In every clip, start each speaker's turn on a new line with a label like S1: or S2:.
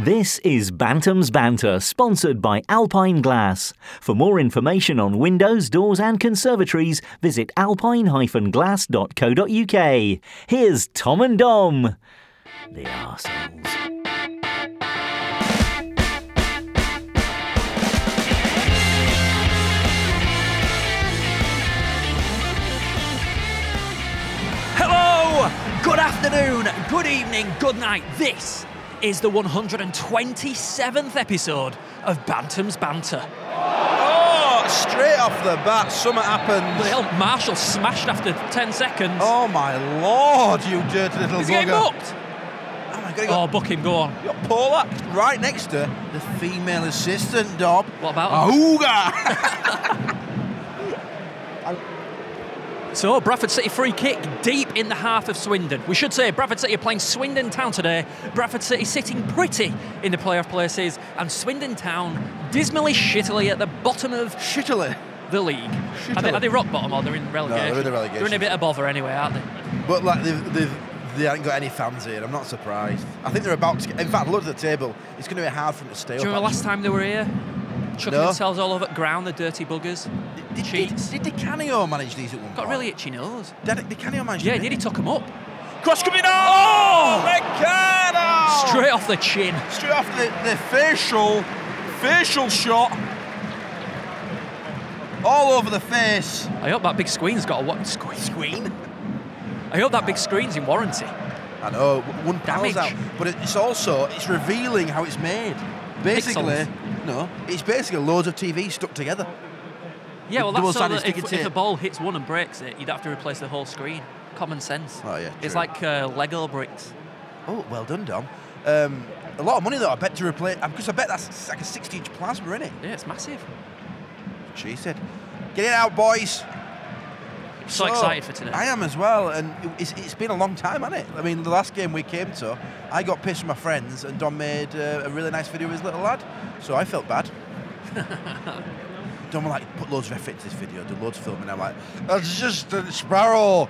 S1: This is Bantam's Banter, sponsored by Alpine Glass. For more information on windows, doors, and conservatories, visit alpine-glass.co.uk. Here's Tom and Dom. The arseholes.
S2: Hello! Good afternoon, good evening, good night. This is the 127th episode of Bantam's Banter.
S3: Oh, straight off the bat, something happened.
S2: Well, Marshall smashed after 10 seconds.
S3: Oh my lord, you dirty little
S2: Is the game
S3: bugger.
S2: booked?
S3: Oh my god, you
S2: Oh,
S3: got,
S2: book him, go on.
S3: you got Paula right next to the female assistant, Dob.
S2: What about
S3: Oh.
S2: her?
S3: Ahooga!
S2: So, Bradford City free kick deep in the half of Swindon. We should say Bradford City are playing Swindon Town today. Bradford City sitting pretty in the playoff places, and Swindon Town dismally shittily at the bottom of
S3: Shittily.
S2: the league. Are they,
S3: Shittily.
S2: are they rock bottom or they're in relegation?
S3: in the relegation.
S2: They're in a bit of bother anyway, aren't they?
S3: But like, they've, they've, they haven't got any fans here. I'm not surprised. I think they're about to get. In fact, look at the table. It's going to be hard for them to
S2: Do
S3: stay
S2: you
S3: up.
S2: remember last time they were here? Chucking
S3: No.
S2: themselves all over the ground, the dirty buggers.
S3: time? Did, did,
S2: Cheats.
S3: did, did DiCanio manage these at one
S2: Got a
S3: point?
S2: really itchy nose.
S3: Did DiCanio manage
S2: Yeah,
S3: them?
S2: did he tuck them up?
S3: Cross coming on! Red card! Oh!
S2: Straight off the chin.
S3: Straight off the, the facial, facial shot. All over the face.
S2: I hope that big screen's got a what? Screen? Screen? I hope that big screen's in warranty.
S3: I know, one pal's
S2: Damage.
S3: out. But it's also, it's revealing how it's made. Basically, no, it's basically loads of TV stuck together.
S2: Yeah, well, that's
S3: The double
S2: so
S3: sided
S2: that
S3: sticky
S2: if,
S3: tape.
S2: if a ball hits one and breaks it, you'd have to replace the whole screen. Common sense.
S3: Oh, yeah,
S2: It's
S3: true.
S2: like uh, Lego bricks.
S3: Oh, well done, Dom. Um, a lot of money, though, I bet to replace, because I bet that's like a 60 inch plasma, is it?
S2: Yeah, it's massive.
S3: She said. Get it out, boys.
S2: So excited for today.
S3: I am as well, and it- it's, it's been a long time, hasn't it? I mean, the last game we came to, I got pissed with my friends, and Don made uh, a really nice video of his little lad, so I felt bad. Don were like, put loads of effort into this video, do loads of filming. I'm like, that's just a sparrow.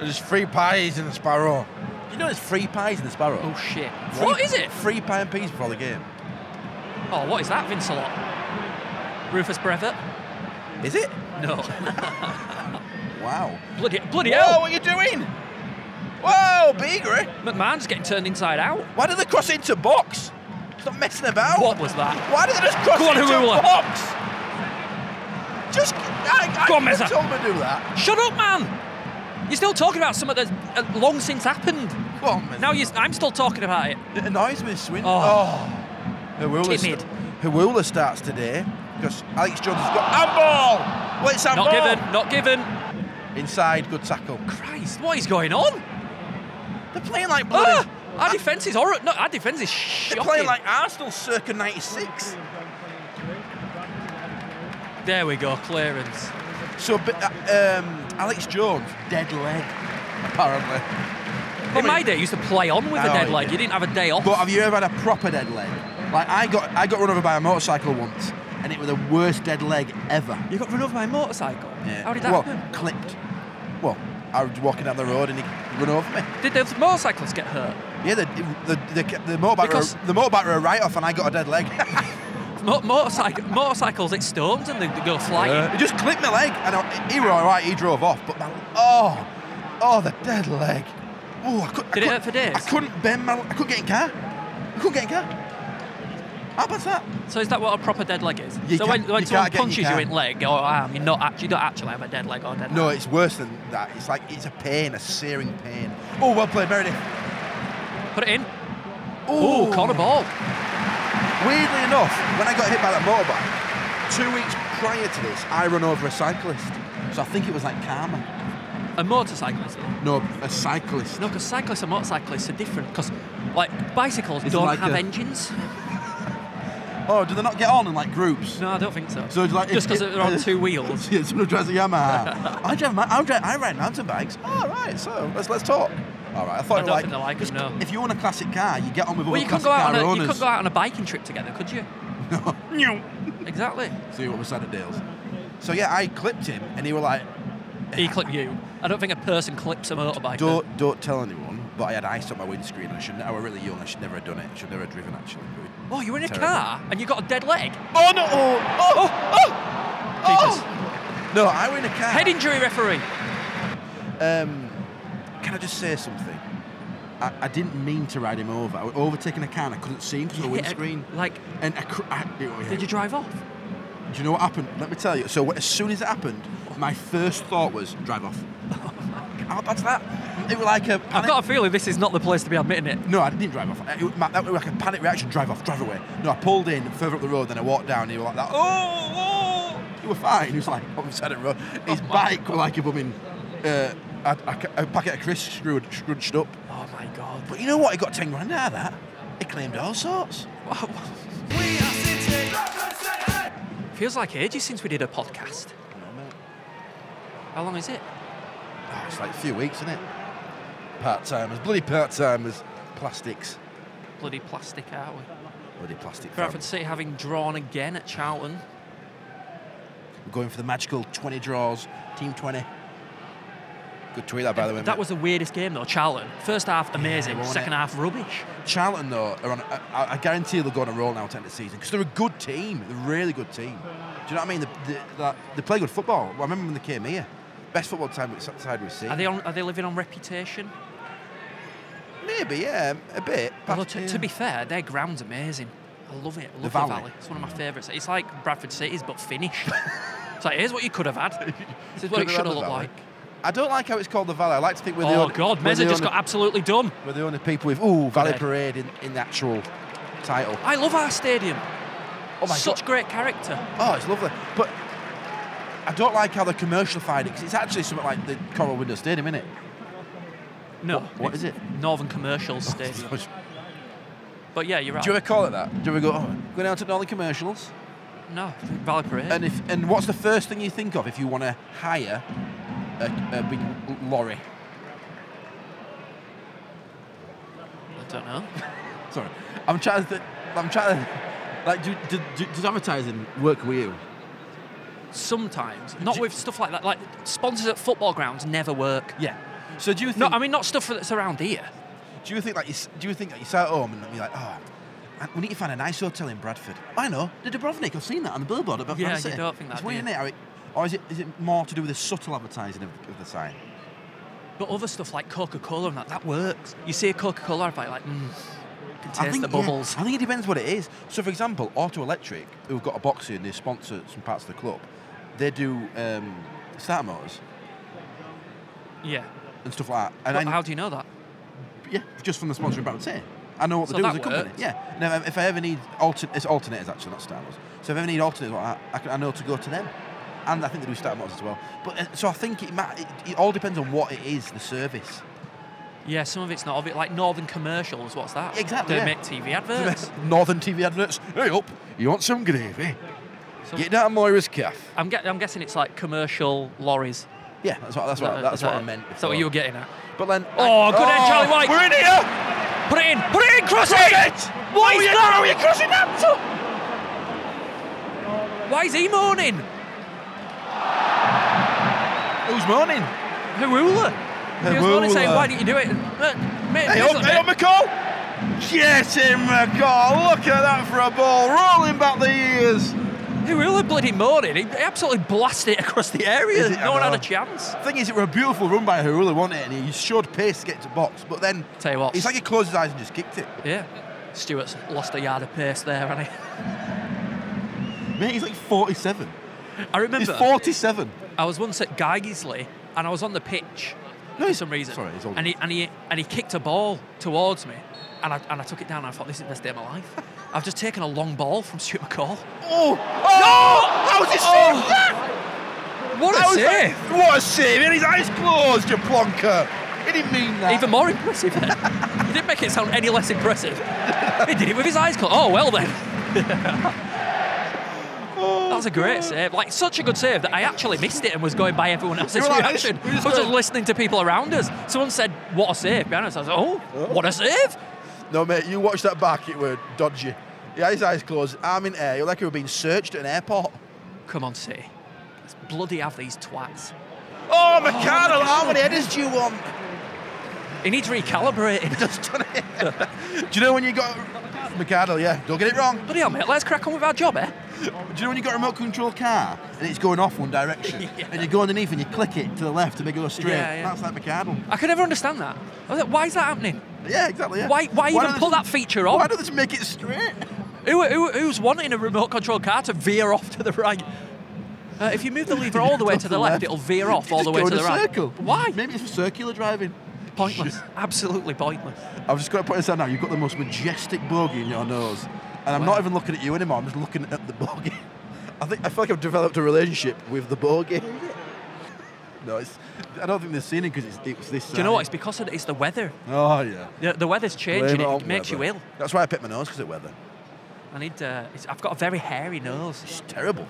S3: There's three pies in the sparrow. Do you know there's three pies in the sparrow?
S2: Oh, shit.
S3: Three-
S2: What is it?
S3: Three pie and peas before the game.
S2: Oh, what is that, Vince Lot? Rufus Brevet?
S3: Is it?
S2: No.
S3: Wow.
S2: bloody bloody
S3: Whoa,
S2: hell.
S3: what are you doing? Whoa, eh? Beagre.
S2: McMahon's getting turned inside out.
S3: Why did they cross into box? Stop messing about.
S2: What was that?
S3: Why did they just cross
S2: Go on,
S3: into
S2: Arula.
S3: box? Just, I, I
S2: Go on,
S3: could've
S2: Meza.
S3: told them to do that.
S2: Shut up, man! You're still talking about something that's uh, long since happened.
S3: Go on, Meza.
S2: Now you I'm still talking about it.
S3: it annoys me, Swindon.
S2: Oh.
S3: Hawula,
S2: Timid.
S3: Hawula starts today because Alex Jones has got handball. Well, it's handball.
S2: Not given, not given.
S3: Inside, good tackle.
S2: Christ, what is going on?
S3: They're playing like bloody.
S2: Ah, our defence is horrible. No, our defence is
S3: they're
S2: shocking.
S3: playing like Arsenal circa '96.
S2: There we go, clearance.
S3: So, but, uh, um, Alex Jones dead leg, apparently.
S2: In my day, you used to play on with a
S3: No,
S2: dead
S3: you
S2: leg. You didn't have a day off.
S3: Oh, But have you ever had a proper dead leg? Like I got I got run over by a motorcycle once, and it was the worst dead leg ever.
S2: you got run over by a motorcycle. How did that
S3: well,
S2: happen?
S3: clipped. Well, I was walking down the road and he run over me.
S2: Did those motorcyclists get hurt?
S3: Yeah, the the the, the motorbike
S2: Because-
S3: were, the motorbike were a write off, and I got a dead leg.
S2: Mo- motorcycle, motorcycles, it stones and they, they go flying.
S3: he just clipped my leg, and I, he were all right. He drove off, but my, oh, oh, the dead leg. Oh, I
S2: Did
S3: could, I
S2: it
S3: could,
S2: hurt for days?
S3: I couldn't bend my. I couldn't get in car. I couldn't get in car. How bad's that?
S2: So is that what a proper dead leg is?
S3: You
S2: so
S3: can't-
S2: when, when
S3: you
S2: someone
S3: can't get- you
S2: punches you in
S3: can't.
S2: leg or arm, you're not actually, you don't actually have a dead leg or dead
S3: No,
S2: arm.
S3: it's worse than that. It's like it's a pain, a searing pain. Oh, well played, Meredith.
S2: Put it in. Ooh, corner ball.
S3: Weirdly enough, when I got hit by that motorbike, two weeks prior to this, I run over a cyclist. So I think it was like karma.
S2: A motorcyclist.
S3: No, a cyclist.
S2: No, because cyclists and motorcyclists are different. Because like bicycles
S3: It's
S2: don't
S3: like
S2: have
S3: a-
S2: engines.
S3: Oh, do they not get on in like groups?
S2: No, I don't think so.
S3: So it's like
S2: Just 'cause
S3: if-
S2: they're on two wheels.
S3: yeah, someone who drives a Yamaha. I drive, my, I drive, I ride mountain bikes. All right, so let's let's talk. All right, I thought
S2: I
S3: you
S2: don't
S3: were
S2: think they like 'em, no.
S3: If you want a classic car, you get on with
S2: well,
S3: other
S2: you couldn't
S3: classic
S2: go out on
S3: car
S2: a, you
S3: owners.
S2: couldn't go out on a biking trip together, could you? No. exactly.
S3: See what was said at Dales. So yeah, I clipped him, and he were like,
S2: He clipped you. I don't think a person clips a motorbike.
S3: Don't don't tell anyone, but I had ice on my windscreen, and I should I were really young. I should never have done it. I should never have driven actually.
S2: Oh, you were in a
S3: Terrible.
S2: car and you got a dead leg.
S3: Oh no! Oh,
S2: Keepers.
S3: No, I were in a car.
S2: Head injury referee.
S3: Um, can I just say something? I, I didn't mean to ride him over. I was overtaking a car and I couldn't see him because my
S2: You hit a-
S3: windscreen.
S2: Like,
S3: And I, cr- I, it- oh, yeah.
S2: did you drive off?
S3: Do you know what happened? Let me tell you. So as soon as it happened, my first thought was drive off. How bad's that? It was like a
S2: I've
S3: panic.
S2: got a feeling this is not the place to be admitting it.
S3: no, I didn't drive off. It, was- my- that was like a panic reaction. Drive off, drive away. No, I pulled in further up the road, then I walked down. And he was like that. Oh, oh. you were fine. He was like on the side of the road. His
S2: my
S3: bike was like a bumming, uh, a, a, a packet of crisps screwed, scrunched up.
S2: Oh my god.
S3: But you know what? He got ten grand out of that. He claimed all sorts.
S2: Feels like ages since we did a podcast. How long is it?
S3: Oh, it's like a few weeks, isn't it? Part timers, bloody part timers, plastics,
S2: Bloody plastic, aren't we?
S3: bloody plastic. fam.
S2: Bradford City having drawn again at Charlton.
S3: We're going for the magical 20 draws, team 20. Good tweet that, by the way.
S2: That
S3: mate.
S2: was the weirdest game though, Charlton. First half amazing,
S3: wasn't
S2: second
S3: it?
S2: half rubbish.
S3: Charlton though. Are on, I, I guarantee they'll go on a roll now to end the season because they're a good team. They're a really good team. Do you know what I mean? They, they, that- they play good football. I remember when they came here. Best football time we- side we've seen.
S2: Are they on, are they living on reputation?
S3: Maybe, yeah, a bit.
S2: Although
S3: Past-
S2: to,
S3: yeah.
S2: to be fair, their ground's amazing. I love it. I love the
S3: Valley.
S2: valley. It's one of my favourites. It's like Bradford City's but finished. it's like here's what you could have had. This is what it
S3: Could've
S2: should have
S3: had the
S2: looked
S3: Valley.
S2: like.
S3: I don't like how it's called the Valley. I like to think we're the
S2: oh
S3: only,
S2: god,
S3: we're the
S2: Meza just
S3: only-
S2: got absolutely dumb.
S3: We're the only people with ooh Valley
S2: ahead.
S3: Parade in, in the actual title.
S2: I love our stadium.
S3: Oh my
S2: Such great character.
S3: god! Oh, it's lovely. But I don't like how they commercialified it because it's actually something like the Coral Window Stadium, isn't it?
S2: No.
S3: what is it?
S2: Northern Commercial Stadium.
S3: Do
S2: but yeah, you're right.
S3: you ever call it that? Do you ever go oh, go down to Nolly Commercials?
S2: no, Valley Parade.
S3: And if and what's the first thing you think of if you want to hire a, a big l- lorry?
S2: I don't know.
S3: Sorry, I'm trying to. Th- I'm trying to. Like, do, do, do, does advertising work with you?
S2: Sometimes, not with stuff like that. Like sponsors at football grounds never work.
S3: Yeah. So do you think?
S2: No, I mean not stuff that's around here.
S3: Do you think like you, s- do you think like you sat at home and you're like, oh, I- we need to find a nice hotel in Bradford? I know, the Dubrovnik. I've seen that on the billboard above
S2: Yeah,
S3: Man
S2: you
S3: City.
S2: don't think that,
S3: It's
S2: do
S3: weird,
S2: you?
S3: isn't it? How it- Or is it is it more to do with the subtle advertising of, of the sign?
S2: But other stuff like Coca Cola and that, that works. You see a Coca Cola advert, like, mm, can taste the
S3: yeah,
S2: bubbles.
S3: I think it depends what it is. So, for example, Auto Electric, who've got a box here and they sponsor some parts of the club, they do um, starter motors
S2: Yeah.
S3: and stuff like that. And
S2: But
S3: I,
S2: how do you know that?
S3: yeah, just from the sponsoring Bradford City. I know what
S2: So
S3: they do as
S2: that
S3: a company.
S2: works.
S3: Yeah. Now, if I ever need alternate, it's alternators actually, not starters. So if I ever need alternators, like that, I, can, I know to go to them. And I think they do starter motors as well. But uh, so I think it, ma- it, it all depends on what it is, the service.
S2: Yeah, some of it's not of it. Like Northern Commercials, what's that?
S3: Exactly,
S2: They
S3: yeah.
S2: make TV adverts.
S3: Northern TV adverts. Hey up, you want some gravy?
S2: Some-
S3: Get down Moira's calf.
S2: I'm, gue- I'm guessing it's like commercial lorries.
S3: Yeah, that's what that's
S2: Is that-
S3: what, that's
S2: is
S3: what
S2: that
S3: I
S2: it?
S3: meant.
S2: Is that what
S3: before.
S2: you were getting at?
S3: But then,
S2: Oh, good head, Charlie White.
S3: We're in here.
S2: Put it in! Put it in! Cross
S3: Cross
S2: it!
S3: it!
S2: Why
S3: oh,
S2: is
S3: you,
S2: that?
S3: Oh, you're crossing that. too.
S2: Why is he moaning?
S3: Who's moaning?
S2: Harula. He was moaning saying,
S3: Harula.
S2: why didn't you do it? Look, mate,
S3: Hey
S2: here's
S3: up,
S2: a
S3: hey oh,
S2: bit.
S3: up, McCall! Get him, McCall! Look at that for a ball, rolling back the ears.
S2: He really bloody moaning. He absolutely blasted it across the area.
S3: Is it? I
S2: No one had
S3: know.
S2: a chance.
S3: Thing is, it were a beautiful run by Harula, wasn't it? And he showed pace to get to box, but then
S2: Tell you what.
S3: it's like he closed his eyes and just kicked it.
S2: Yeah. Stewart's lost a yard of pace there, and I,
S3: Mate, he's like 47.
S2: I
S3: He's
S2: remember
S3: 47.
S2: I was once at Geigesley and I was on the pitch
S3: No,
S2: for
S3: he's-
S2: some reason.
S3: sorry, he's older.
S2: and he and he and he kicked a ball towards me, and I and I took it down. and I thought this is the best day of my life. I've just taken a long ball from Stuart McCall.
S3: Oh! Oh! How was it
S2: Oh!
S3: saved that?
S2: What
S3: How was that- What a save! And his eyes closed, you plonker! He didn't mean that.
S2: Even more impressive. he didn't make it sound any less impressive. he did it with his eyes closed. Oh well then.
S3: Oh,
S2: That was a great save. Like such a good save that I actually missed it and was going by everyone else's
S3: were like this.
S2: reaction.
S3: You just
S2: I was just
S3: go-
S2: listening to people around us. Someone said, "What a save!" Behind us, I was like, "Oh, what a save!"
S3: No, mate, you watch that back, it were dodgy. He had his eyes closed, arm in air, you're like he were being searched at an airport.
S2: Come on, City. Let's bloody have these twats.
S3: Oh, McCardle, how many headers do you want?
S2: He needs recalibrating.
S3: Just done it. Do you know when you got McArdle? Yeah, don't get it wrong.
S2: Bloody hell, mate, let's crack on with our job, eh?
S3: Do you know when you got a remote control car and it's going off one direction
S2: Yeah.
S3: and you go underneath and you click it to the left to make it go straight?
S2: Yeah, yeah.
S3: That's like McArdle.
S2: I could never understand that. I was like, Why is that happening?
S3: Yeah, exactly. Yeah.
S2: Why, why,
S3: don't
S2: even
S3: they
S2: pull
S3: just-
S2: that feature
S3: Why
S2: off?
S3: don't they just make it straight?
S2: Who, who, who's wanting a remote control car to veer off to the right? Uh, if you move the lever all the way to the left, it'll veer off
S3: You
S2: all
S3: just
S2: the way
S3: go
S2: to
S3: in
S2: the
S3: a
S2: right.
S3: Circle.
S2: Why?
S3: Maybe it's for circular driving.
S2: Pointless. Absolutely pointless.
S3: I've just got to point this out now. You've got the most majestic bogey in your nose, and I'm not even looking at you anymore. I'm just looking at the bogey. I think I feel like I've developed a relationship with the bogey. no, it's. I don't think they've seen it because it's, it's this.
S2: Do you know what? It's because of, it's the weather.
S3: Oh yeah.
S2: The, the weather's
S3: Blame
S2: changing. It,
S3: on
S2: makes
S3: weather.
S2: you ill.
S3: That's why I picked my nose because of weather.
S2: I need. Uh, it's, I've got a very hairy nose,
S3: It's terrible.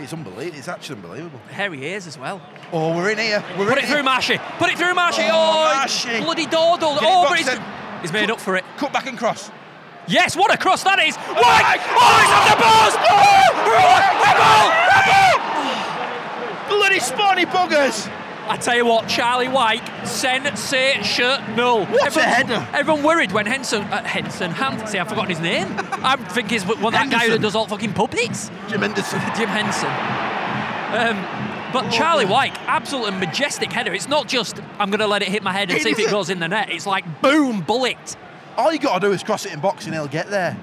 S3: It's unbelievable. It's actually unbelievable.
S2: hairy ears as well.
S3: Oh, we're in here. We're
S2: Put it
S3: in here.
S2: through Marshy. Put it through Marshy.
S3: Oh,
S2: Oh,
S3: Marshy.
S2: it's bloody dawdled.
S3: Get it
S2: Oh,
S3: boxed
S2: but he's,
S3: in.
S2: he's made up for it.
S3: Cut back and cross.
S2: Yes, what a cross that is! White! Oh, he's off the balls! Oh,
S3: Bloody spawny buggers!
S2: I tell you what, Charlie White, sensational.
S3: What a header.
S2: Everyone worried when Henson, uh, Henson, Ham, see, I've forgotten his name. I think he's well, that guy that
S3: Henderson.
S2: does all fucking puppets,
S3: Jim Henderson.
S2: Jim Henson. Um, but Charlie
S3: Oh.
S2: White, absolute and majestic header. It's not just, I'm going to let it hit my head and
S3: It
S2: see if it
S3: isn't.
S2: goes in the net. It's like, boom, bullet.
S3: All you gotta do is cross it in box and he'll get there.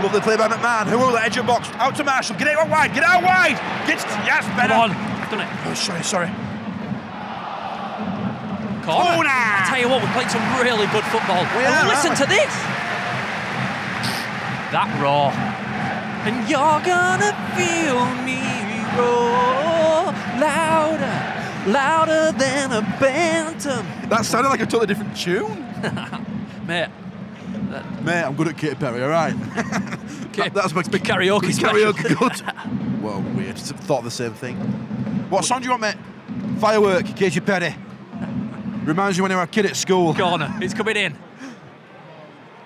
S3: Lovely play by McMahon. Who will the edge of box? Out to Marshall. Get it out wide. Get it out wide. Get yes, better.
S2: Come on, I've done it.
S3: Oh, sorry, sorry.
S2: Corner.
S3: Corner.
S2: I tell you what, we're playing some really good football.
S3: We
S2: And
S3: are,
S2: listen
S3: aren't
S2: to this. That roar. And you're gonna feel me roar louder, louder than a bantam.
S3: That sounded like a totally different tune.
S2: Mate,
S3: Mate, I'm good at Katy Perry, all right.
S2: Katy-
S3: that's my big
S2: karaoke special.
S3: Karaoke good. well, weird. S- Thought the same thing. What song do you want, mate? Firework, Katy Perry. Reminds you when you were a kid at school.
S2: corner. It's coming in.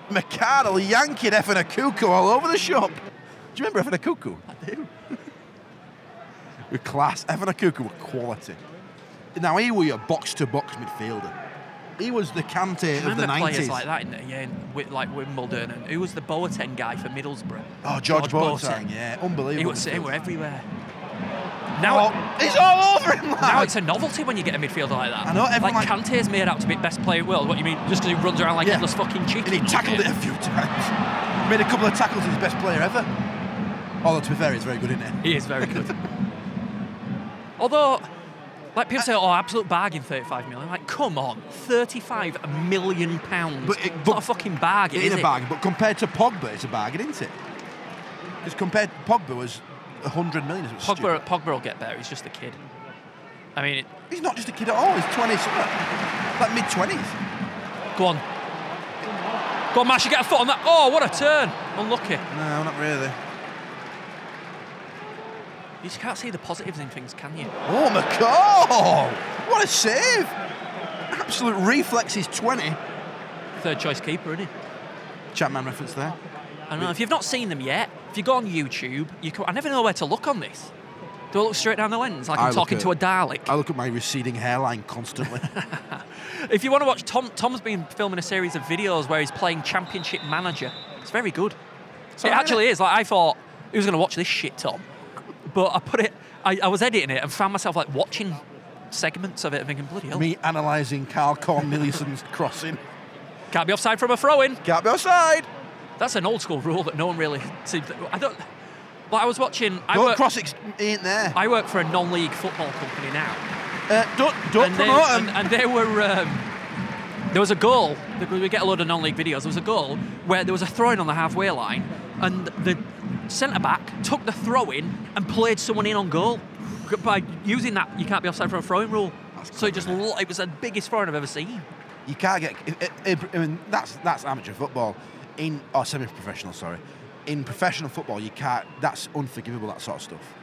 S3: McCardle yanking effing a cuckoo all over the shop. Do you remember effing a cuckoo? I do. with class, effing a cuckoo with quality. Now he was a box-to-box midfielder. He was the Kante of
S2: Remember
S3: the nineties.
S2: players like that in the, yeah, in, Wi- like Wimbledon and who was the Boateng guy for Middlesbrough?
S3: Oh, George, Boateng, yeah, unbelievable.
S2: He was, they were everywhere.
S3: Oh,
S2: Now,
S3: he's all over him,
S2: Now
S3: lad.
S2: it's a novelty when you get a midfielder like that.
S3: I know, everyone
S2: like,
S3: like-
S2: Kante's made out to be best player in the world. What do you mean? Just because he runs around like
S3: Yeah.
S2: headless fucking chicken.
S3: and he tackled it a few times. Made a couple of tackles. He's best player ever. Although to be fair, he's very good in it.
S2: He is very good. Although, like people say, oh, absolute bargain, 35 million. Like, come on, 35 million pounds.
S3: But it-
S2: It's
S3: but-
S2: not a fucking bargain,
S3: It
S2: is
S3: is a
S2: it?
S3: bargain, but compared to Pogba, it's a bargain, isn't it? Because compared Pogba was 100 million. It was
S2: Pogba,
S3: stupid.
S2: Pogba will get better. He's just a kid. I mean, it-
S3: He's not just a kid at all. He's 20, something, like mid 20s.
S2: go on. Go on, Mash, you get a foot on that. Oh, what a turn. Unlucky.
S3: No, not really.
S2: You just can't see the positives in things, can you?
S3: Oh, McCall! What a save! Absolute reflexes 20.
S2: Third choice keeper, isn't he?
S3: Chapman reference there.
S2: I don't know. If you've not seen them yet, if you go on YouTube, you can, I never know where to look on this. Do I look straight down the lens like
S3: I
S2: I'm
S3: look
S2: talking
S3: at-
S2: to a Dalek?
S3: I look at my receding hairline constantly.
S2: If you want to watch Tom, Tom's been filming a series of videos where he's playing Championship Manager. It's very good. it
S3: alright,
S2: actually is. Like I thought, who's going to watch this shit, Tom? But I put it. I, I was editing it and found myself like watching segments of it and thinking, bloody hell,
S3: Me analysing Carl Corneliuson's crossing.
S2: can't be offside from a throw-in.
S3: Can't be outside!
S2: That's an old school rule that no one really seems. To, I don't. Like I was watching. I
S3: Don't
S2: work,
S3: cross it, 'cause it ain't there.
S2: I work for a non-league football company now.
S3: Uh, don't don't
S2: and they,
S3: promote him.
S2: and, and they were. Um, there was a goal. We get a load of non-league videos. There was a goal where there was a throw-in on the halfway line, and the centre back took the throw-in and played someone in on goal. By using that, you can't be offside from a throw-in rule. so it just lo- it was the biggest throw-in I've ever seen.
S3: You can't get. I- I I mean, that's that's amateur football, in or semi-professional. Sorry, in professional football, you can't. That's unforgivable. That sort of stuff.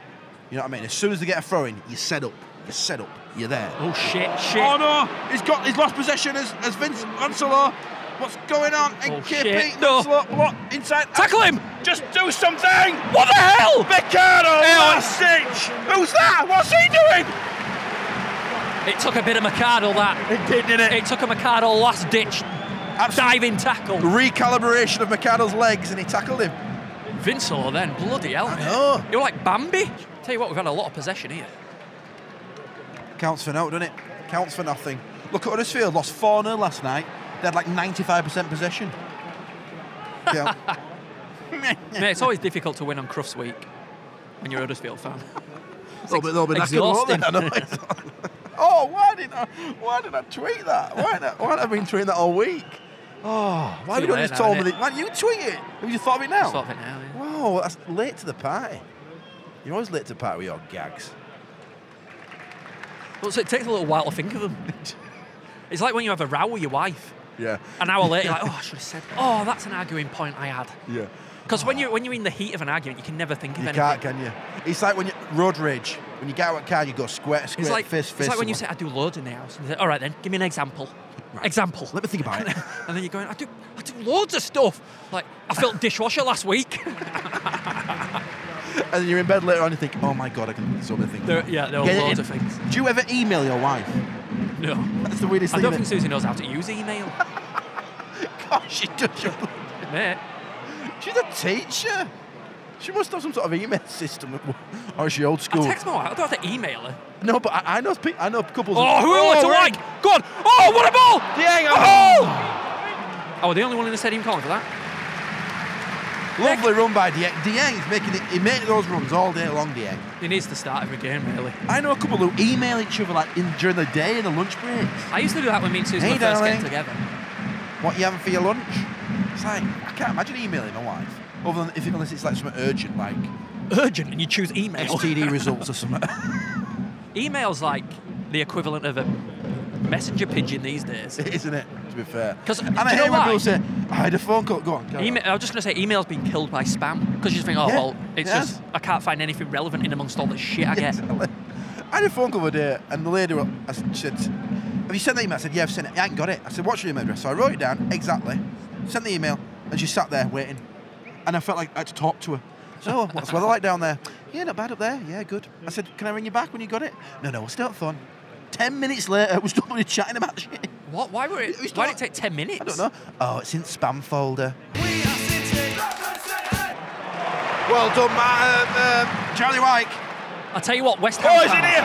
S3: You know what I mean? As soon as they get a throw in, you're set up. You're set up. You're there.
S2: Oh shit! Shit!
S3: no! He's got. He's lost possession as as Vince Anselo. What's going on?
S2: Oh, shit. No.
S3: Ancelotti, block inside.
S2: Tackle him!
S3: Just do something!
S2: What the hell?
S3: Ricardo
S2: Hell.
S3: Who's that? What's he doing?
S2: It took a bit of Mercado that.
S3: It did, didn't
S2: It took a Mercado last ditch diving tackle.
S3: Recalibration of Mercado's legs and he tackled him.
S2: Vinsolo then, bloody hell. mate.
S3: know.
S2: You were like Bambi. Tell you what, we've had a lot of possession here.
S3: Counts for no, doesn't it? Counts for nothing. Look at Huddersfield, lost 4 0 last night. They had like 95% possession. Yeah.
S2: Mate, it's always difficult to win on Crufts Week when you're a Huddersfield fan.
S3: They'll be, they'll be knackered, won't they?
S2: exhausting.
S3: I know, it's- oh, why did I? Why did I tweet that? Why? Not, why have I been tweeting that all week? Oh, why have
S2: Too
S3: you not
S2: late
S3: just
S2: now,
S3: told me
S2: innit?
S3: that? Why didn't you tweet it? Have you thought of it now?
S2: Sort of it now, yeah.
S3: Wow, that's late to the party. You're always late to the party with your gags.
S2: Well, so it takes a little while to think of them. it's like when you have a row with your wife.
S3: Yeah.
S2: An hour later, you're like, oh, I should have said, oh, that's an arguing point I had.
S3: Yeah.
S2: Because when you're when you're in the heat of an argument, you can never think of
S3: You
S2: anything.
S3: can't, can you? It's like when you road rage. When you get out of a car, you go square, square,
S2: it's like
S3: fist, fist.
S2: it's like when you say,
S3: someone.
S2: I do loads in the house. And they say, all right then, give me an example. Example.
S3: Let me think about it.
S2: And then you're going, I do I do loads of stuff. Like I felt dishwasher last week.
S3: and then you're in bed later on. You think, oh my god, I can think of so many things.
S2: There- yeah, there are
S3: Get it
S2: loads
S3: in.
S2: of things.
S3: Do you ever email your wife?
S2: No.
S3: That's the weirdest
S2: I
S3: thing.
S2: don't think
S3: isn't
S2: Susie knows how to use email.
S3: it? Gosh, she does. you-
S2: Mate.
S3: She's a teacher. She must have some sort of email system, at wo- or is she old
S2: I
S3: school?
S2: text my wife, I don't have to email her.
S3: No, but I, I know pe- I know couples.
S2: Oh, who oh, to
S3: we're in.
S2: like? God! Oh, what a ball!
S3: Diego.
S2: Oh! Oh, the only one in the stadium calling for that.
S3: Lovely run by Dieng. Dieng's making it. He makes those runs all day long. Dieng.
S2: He needs to start every game, really.
S3: I know a couple who email each other like in, during the day in the lunch breaks.
S2: I used to do that when me and Susan
S3: Hey,
S2: were first getting
S3: darling.
S2: together.
S3: What you having for your lunch? It's like I can't imagine emailing my wife. Other than if it, unless it's like something urgent, like
S2: Urgent, and you choose email.
S3: STD results or something.
S2: Email's like the equivalent of a messenger pigeon these days.
S3: Isn't it? To be fair.
S2: 'Cause,
S3: and
S2: do
S3: I
S2: you
S3: hate
S2: know
S3: when
S2: why?
S3: people say, "I had a phone call." Go on. carry on.
S2: Email, I was just going to say, email's been killed by spam because you just think, oh,
S3: Yeah.
S2: well, it's
S3: Yeah.
S2: just, I can't find anything relevant in amongst all the shit I get.
S3: Exactly. I had a phone call the other day, and the lady wa- I s- said, "Have you sent the email?" I said, "Yeah, I've sent it. I ain't got it." I said, "What's your email address?" So I wrote it down exactly, sent the email, and she sat there waiting, and I felt like I had to talk to her. So, "Oh, what's the weather like down there? Yeah, not bad up there. Yeah, good. I said, "Can I ring you back when you got it?" No, no, we're still at fun. Ten minutes later, we're still only chatting about shit.
S2: What? Why were it?
S3: It was
S2: Why did
S3: not-
S2: it take ten minutes?
S3: I don't know. Oh, it's in spam folder. Well done, Matt. Um, um, Charlie Wyke.
S2: I tell you what, West Ham.
S3: Oh, he's in
S2: fans-
S3: here!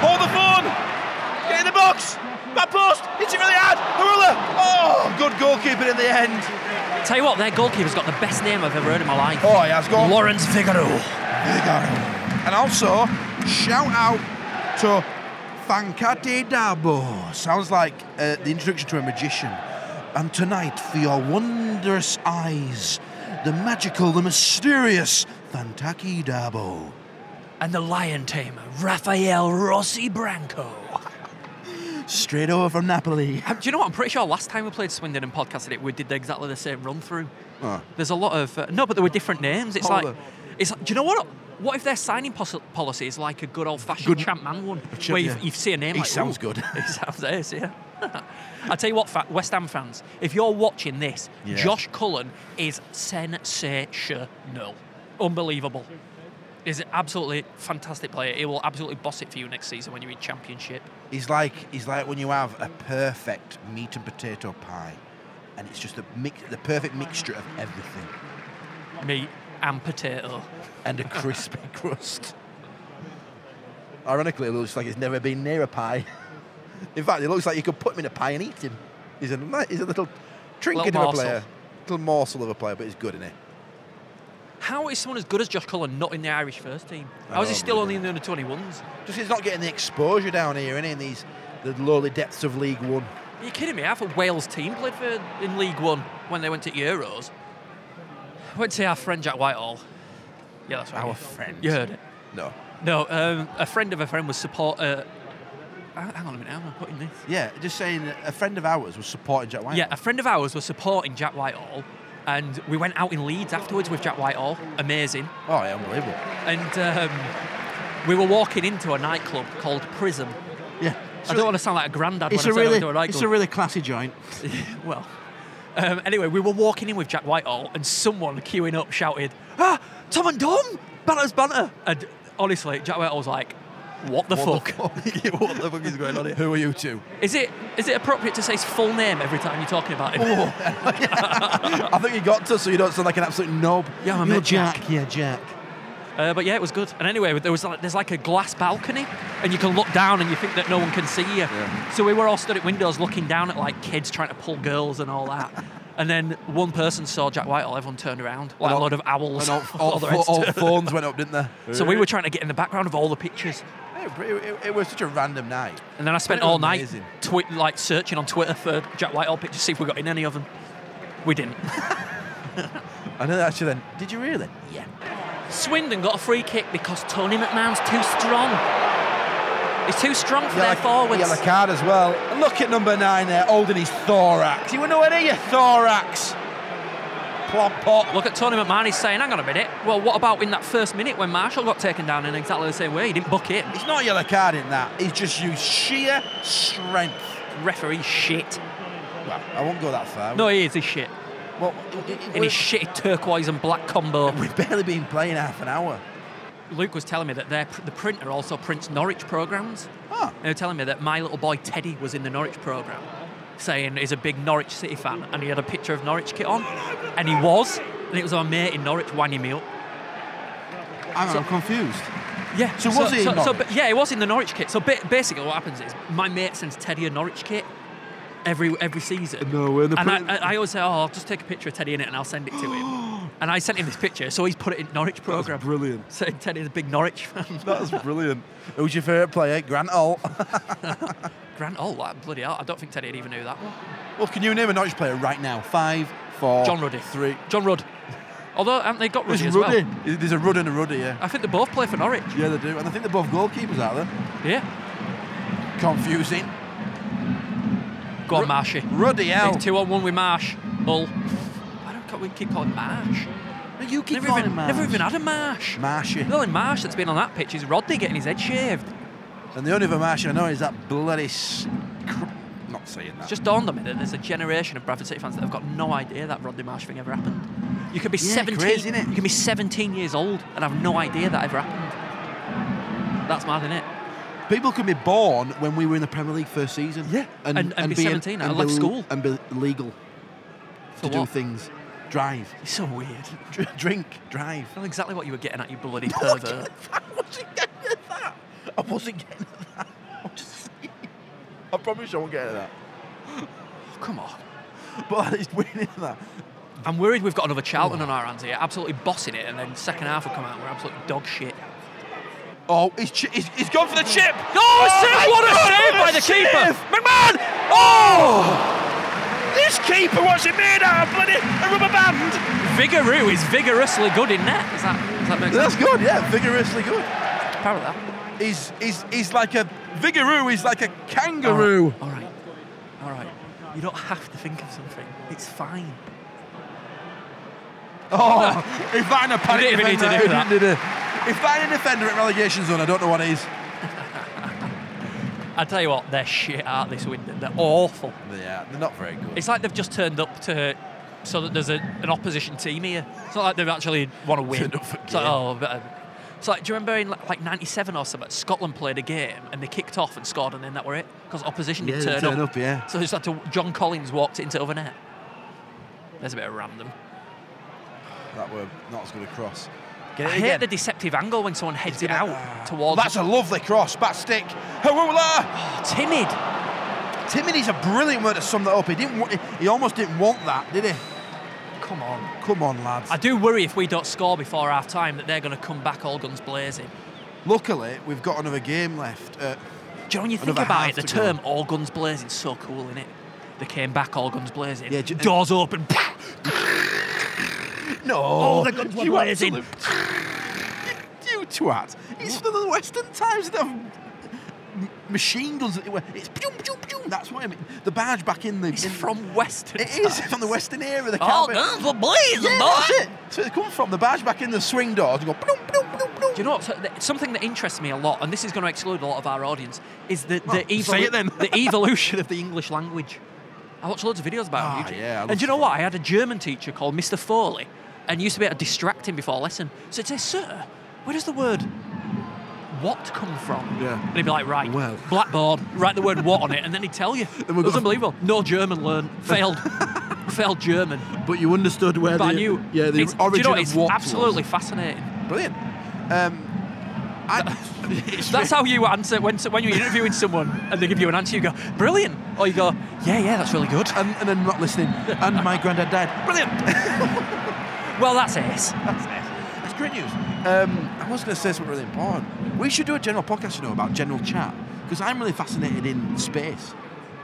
S3: Hold the phone! Get in the box! Bad post! Hits it really hard! Harula! Oh, good goalkeeping in the end.
S2: Tell you what, their goalkeeper's got the best name I've ever heard in my life.
S3: Oh, he has gone.
S2: Lawrence Figaro.
S3: And also, shout out to Fancade Dabo. Sounds like uh, the introduction to a magician. And tonight, for your wondrous eyes, the magical, the mysterious Fantaki Dabo.
S2: And the lion tamer, Rafael Rossi Branco.
S3: Straight over from Napoli.
S2: Um, do you know what? I'm pretty sure last time we played Swindon and podcasted it, we did exactly the same run through.
S3: Oh.
S2: There's a lot of uh, no, but there were different names. It's
S3: Oh,
S2: like,
S3: the-
S2: it's like, do you know what? What if their signing pos- policy is like a good old-fashioned
S3: Good-
S2: champ man one,
S3: champ,
S2: where you,
S3: yeah.
S2: you see a name
S3: He
S2: like
S3: sounds
S2: "Ooh,
S3: good."
S2: he sounds ace, yeah. I tell you what, fa- West Ham fans, if you're watching this,
S3: Yeah.
S2: Josh Cullen is sensational, unbelievable. He's an absolutely fantastic player. He will absolutely boss it for you next season when you're in Championship.
S3: He's like he's like when you have a perfect meat and potato pie, and it's just the mix, the perfect mixture of everything,
S2: Meat and potato.
S3: and a crispy crust. Ironically, it looks like he's never been near a pie. In fact, it looks like you could put him in a pie and eat him. He's a ni- he's a little trinket
S2: Little
S3: of a
S2: morsel.
S3: player, little morsel of a player, but he's good in it.
S2: How is someone as good as Josh Cullen not in the Irish first team?
S3: I
S2: How is he
S3: know,
S2: still only in
S3: brilliant.
S2: the under 21s?
S3: Just he's not getting the exposure down here, innit, in these the lowly depths of League One.
S2: Are you kidding me? Half a Wales team played for in League One when they went to Euros. Went to our friend Jack Whitehall. Yeah, that's right.
S3: Our
S2: yeah.
S3: friend.
S2: You heard it.
S3: No.
S2: No, um, a friend of a friend was support. Uh, hang hang on a minute, how am I putting this?
S3: Yeah, just saying. that A friend of ours was supporting Jack White.
S2: Yeah, a friend of ours was supporting Jack Whitehall, and we went out in Leeds afterwards with Jack Whitehall. Amazing.
S3: Oh, yeah, unbelievable.
S2: And um, we were walking into a nightclub called Prism.
S3: Yeah.
S2: I don't want to sound like a granddad
S3: It's
S2: when I
S3: a
S2: say
S3: really,
S2: into a nightclub.
S3: it's a really classy joint.
S2: well, um, anyway, we were walking in with Jack Whitehall, and someone queuing up shouted, "Ah, Tom and Dom, banter's banter!" And honestly, Jack Whitehall was like, What the
S3: What the
S2: fuck?
S3: fuck? what the fuck is going on here? Who are you two?
S2: Is it is it appropriate to say his full name every time you're talking about him?
S3: Oh, I think you got to, so you don't sound like an absolute knob.
S2: Yeah, I'm
S3: You're
S2: a Jack.
S3: Yeah, Jack.
S2: Uh, but yeah, it was good. And anyway, there was like, there's like a glass balcony, and you can look down, and you think that no one can see you. So we were all stood at windows looking down at like kids trying to pull girls and all that. and then one person saw Jack Whitehall. Everyone turned around, like a
S3: all-
S2: load of owls.
S3: And all, all,
S2: All their
S3: pho-
S2: heads
S3: all
S2: turned.
S3: phones went up, didn't they?
S2: so we were trying to get in the background of all the pictures.
S3: It, it- it was such a random night.
S2: And then I spent
S3: That was
S2: all night
S3: amazing.
S2: twi- like searching on Twitter for Jack Whitehall pictures, see if we got in any of them. We didn't.
S3: And then actually, then did you really?
S2: Yeah. Swindon got a free kick because Tony McMahon's too strong. He's too strong for their forwards.
S3: Yellow card as well. And look at number nine there, holding his thorax. He were nowhere near your thorax. Plop pop.
S2: Look at Tony McMahon, he's saying, hang on a minute. Well, what about in that first minute when Marshall got taken down in exactly the same way? He didn't book it.
S3: It's not a yellow card in that. He's just used sheer strength.
S2: Referee shit.
S3: Well, I won't go that far.
S2: No, he is, he's shit.
S3: Well, it- it-
S2: In his shitty turquoise and black combo.
S3: we've barely been playing half an hour.
S2: Luke was telling me that their, the printer also prints Norwich programmes.
S3: Huh.
S2: They were telling me that my little boy Teddy was in the Norwich programme, saying he's a big Norwich City fan, and he had a picture of Norwich kit on, and he was, and it was our mate in Norwich winding me up.
S3: Hang on, I'm confused.
S2: Yeah.
S3: So was he in
S2: so,
S3: Norwich?
S2: but- yeah, he was in the Norwich kit. So ba- basically, what happens is my mate sends Teddy a Norwich kit every every season.
S3: No way, they
S2: And
S3: put
S2: I, I, I always say, oh, I'll just take a picture of Teddy in it and I'll send it to him. and I sent him this picture, so he's put it in Norwich program.
S3: brilliant.
S2: Saying Teddy's a big Norwich fan.
S3: That's brilliant. Who's your favourite player? Grant Hall.
S2: Grant, oh, that bloody hell! I don't think Teddy even knew that one.
S3: well, can you name a Norwich player right now? Five, four,
S2: John Ruddy.
S3: Oh, three.
S2: John Rudd. Although haven't they got
S3: There's
S2: Ruddy as
S3: Ruddy.
S2: well?
S3: There's a Rudd and a Ruddy, yeah.
S2: I think they both play for Norwich.
S3: Yeah, they do. And I think they're both goalkeepers, are they?
S2: Yeah.
S3: Confusing.
S2: Go on,
S3: Ru-
S2: Marshy.
S3: Ruddy hell.
S2: He's two on one with Marsh. Bull. Why don't can't we keep calling him Marsh?
S3: You keep
S2: Never
S3: calling
S2: even,
S3: him Marsh.
S2: never even had a Marsh.
S3: Marshy.
S2: The only Marsh that's been on that pitch is Rodney getting his head shaved.
S3: And the only other Marshy I know is that bloody. s- Cr- not saying that.
S2: It's just dawned on me that there's a generation of Bradford City fans that have got no idea that Rodney Marsh thing ever happened. You could be
S3: Yeah,
S2: 17.
S3: crazy, innit?
S2: You could be 17 years old and have no idea that ever happened. That's mad, isn't it?
S3: people could be born when we were in the Premier League first season.
S2: Yeah. And- and be 17 and left
S3: be-
S2: school.
S3: And be legal
S2: For
S3: to do
S2: what?
S3: things. Drive.
S2: It's so weird.
S3: Dr- drink. Drive.
S2: I know exactly what you were getting at, you bloody
S3: I
S2: pervert.
S3: wasn't getting at that. I wasn't getting at that. I'm just saying. I promise you I won't get at that.
S2: Oh, come on.
S3: But it's winning that.
S2: I'm worried we've got another Charlton
S3: Oh.
S2: on our hands here, absolutely bossing it, and then second half will come out and we're absolutely dog shit.
S3: Oh, he's, ch- he's, he's gone for the chip. Oh
S2: No,
S3: my
S2: save! What a
S3: God,
S2: save
S3: what
S2: by
S3: a
S2: the keeper!
S3: save!
S2: McMahon!
S3: Oh! This keeper, what's it made out of? Bloody a rubber band.
S2: Vigaroo is vigorously good in net. Does that, does that make sense?
S3: That's good, yeah, vigorously good.
S2: Power that.
S3: He's, he's, he's like a Vigaroo, he's like a kangaroo.
S2: All right. All right. You don't have to think of something. It's fine.
S3: Oh, if that ain't a panic
S2: didn't even need to
S3: defender,
S2: do
S3: it
S2: that.
S3: didn't do- if that ain't a defender at relegation zone, I don't know what is.
S2: I tell you what, they're shit out this window. They're awful.
S3: Yeah, they're not very good.
S2: It's like they've just turned up to so that there's a, an opposition team here. It's not like they've actually want to win.
S3: Turned up for
S2: It's like,
S3: game.
S2: oh, better. It's like, do you remember in like like '97 or something? Scotland played a game and they kicked off and scored, and then that were it because opposition
S3: Yeah,
S2: didn't
S3: they
S2: turn,
S3: turned up, yeah.
S2: So it's like to, John Collins walked it into other net. There's a bit of random.
S3: that were not as good a cross.
S2: I hate the deceptive angle when someone heads it out towards
S3: That's a lovely cross, back stick. Hawula!
S2: timid.
S3: Timony's a brilliant word to sum that up. He didn't. wa- He almost didn't want that, did he?
S2: Come on.
S3: Come on, lads.
S2: I do worry if we don't score before half time that they're going to come back all guns blazing.
S3: Luckily, we've got another game left. Uh,
S2: Do you know when you think
S3: Another
S2: about it,
S3: half
S2: the
S3: to go.
S2: term all guns blazing so cool, innit? They came back all guns blazing.
S3: Yeah, ju-
S2: Doors open.
S3: no.
S2: all the guns were
S3: you
S2: blazing.
S3: absolute- You twat. It's for the Western Times. They have m- machine guns. that they wear. It's pew, pew, pew. That's what I mean. The barge back in the.
S2: It's
S3: in-
S2: from Western.
S3: It is
S2: Times.
S3: from the Western era. They
S2: All
S3: can't be-
S2: guns were blazing,
S3: Yeah,
S2: boy.
S3: that's it. So it's come from the barge back in the swing doors and go. Bloom, bloom, bloom, bloom.
S2: Do you know what's, th- something that interests me a lot, and this is going to exclude a lot of our audience, is the, the,
S3: Well,
S2: evolu-
S3: say it then.
S2: the evolution of the English language. I watch loads of videos about it on
S3: Ah,
S2: YouTube.
S3: yeah, I
S2: and
S3: love
S2: do you know what? I had a German teacher called Mr. Foley, and he used to be able to distract him before lesson. So he'd say, Sir, where does the word what come from?
S3: Yeah.
S2: And he'd be like, right,
S3: Well.
S2: blackboard, write the word what on it, and then he'd tell you. It
S3: Then we've
S2: was
S3: got-
S2: unbelievable. No German learned. Failed. Failed German.
S3: But you understood where
S2: But
S3: the
S2: I knew.
S3: yeah the
S2: it's, do
S3: origin
S2: you know,
S3: of
S2: it's
S3: what
S2: absolutely fascinating.
S3: was. brilliant. Um, I, it's
S2: That's how you answer when when you're interviewing someone and they give you an answer. You go, brilliant, or you go, yeah, yeah, that's really good.
S3: and, and then not listening. And my granddad died. Brilliant.
S2: Well, that's ace.
S3: That's it. That's great news. Um, I was going to say something really important. We should do a general podcast, you know, about general chat because I'm really fascinated in space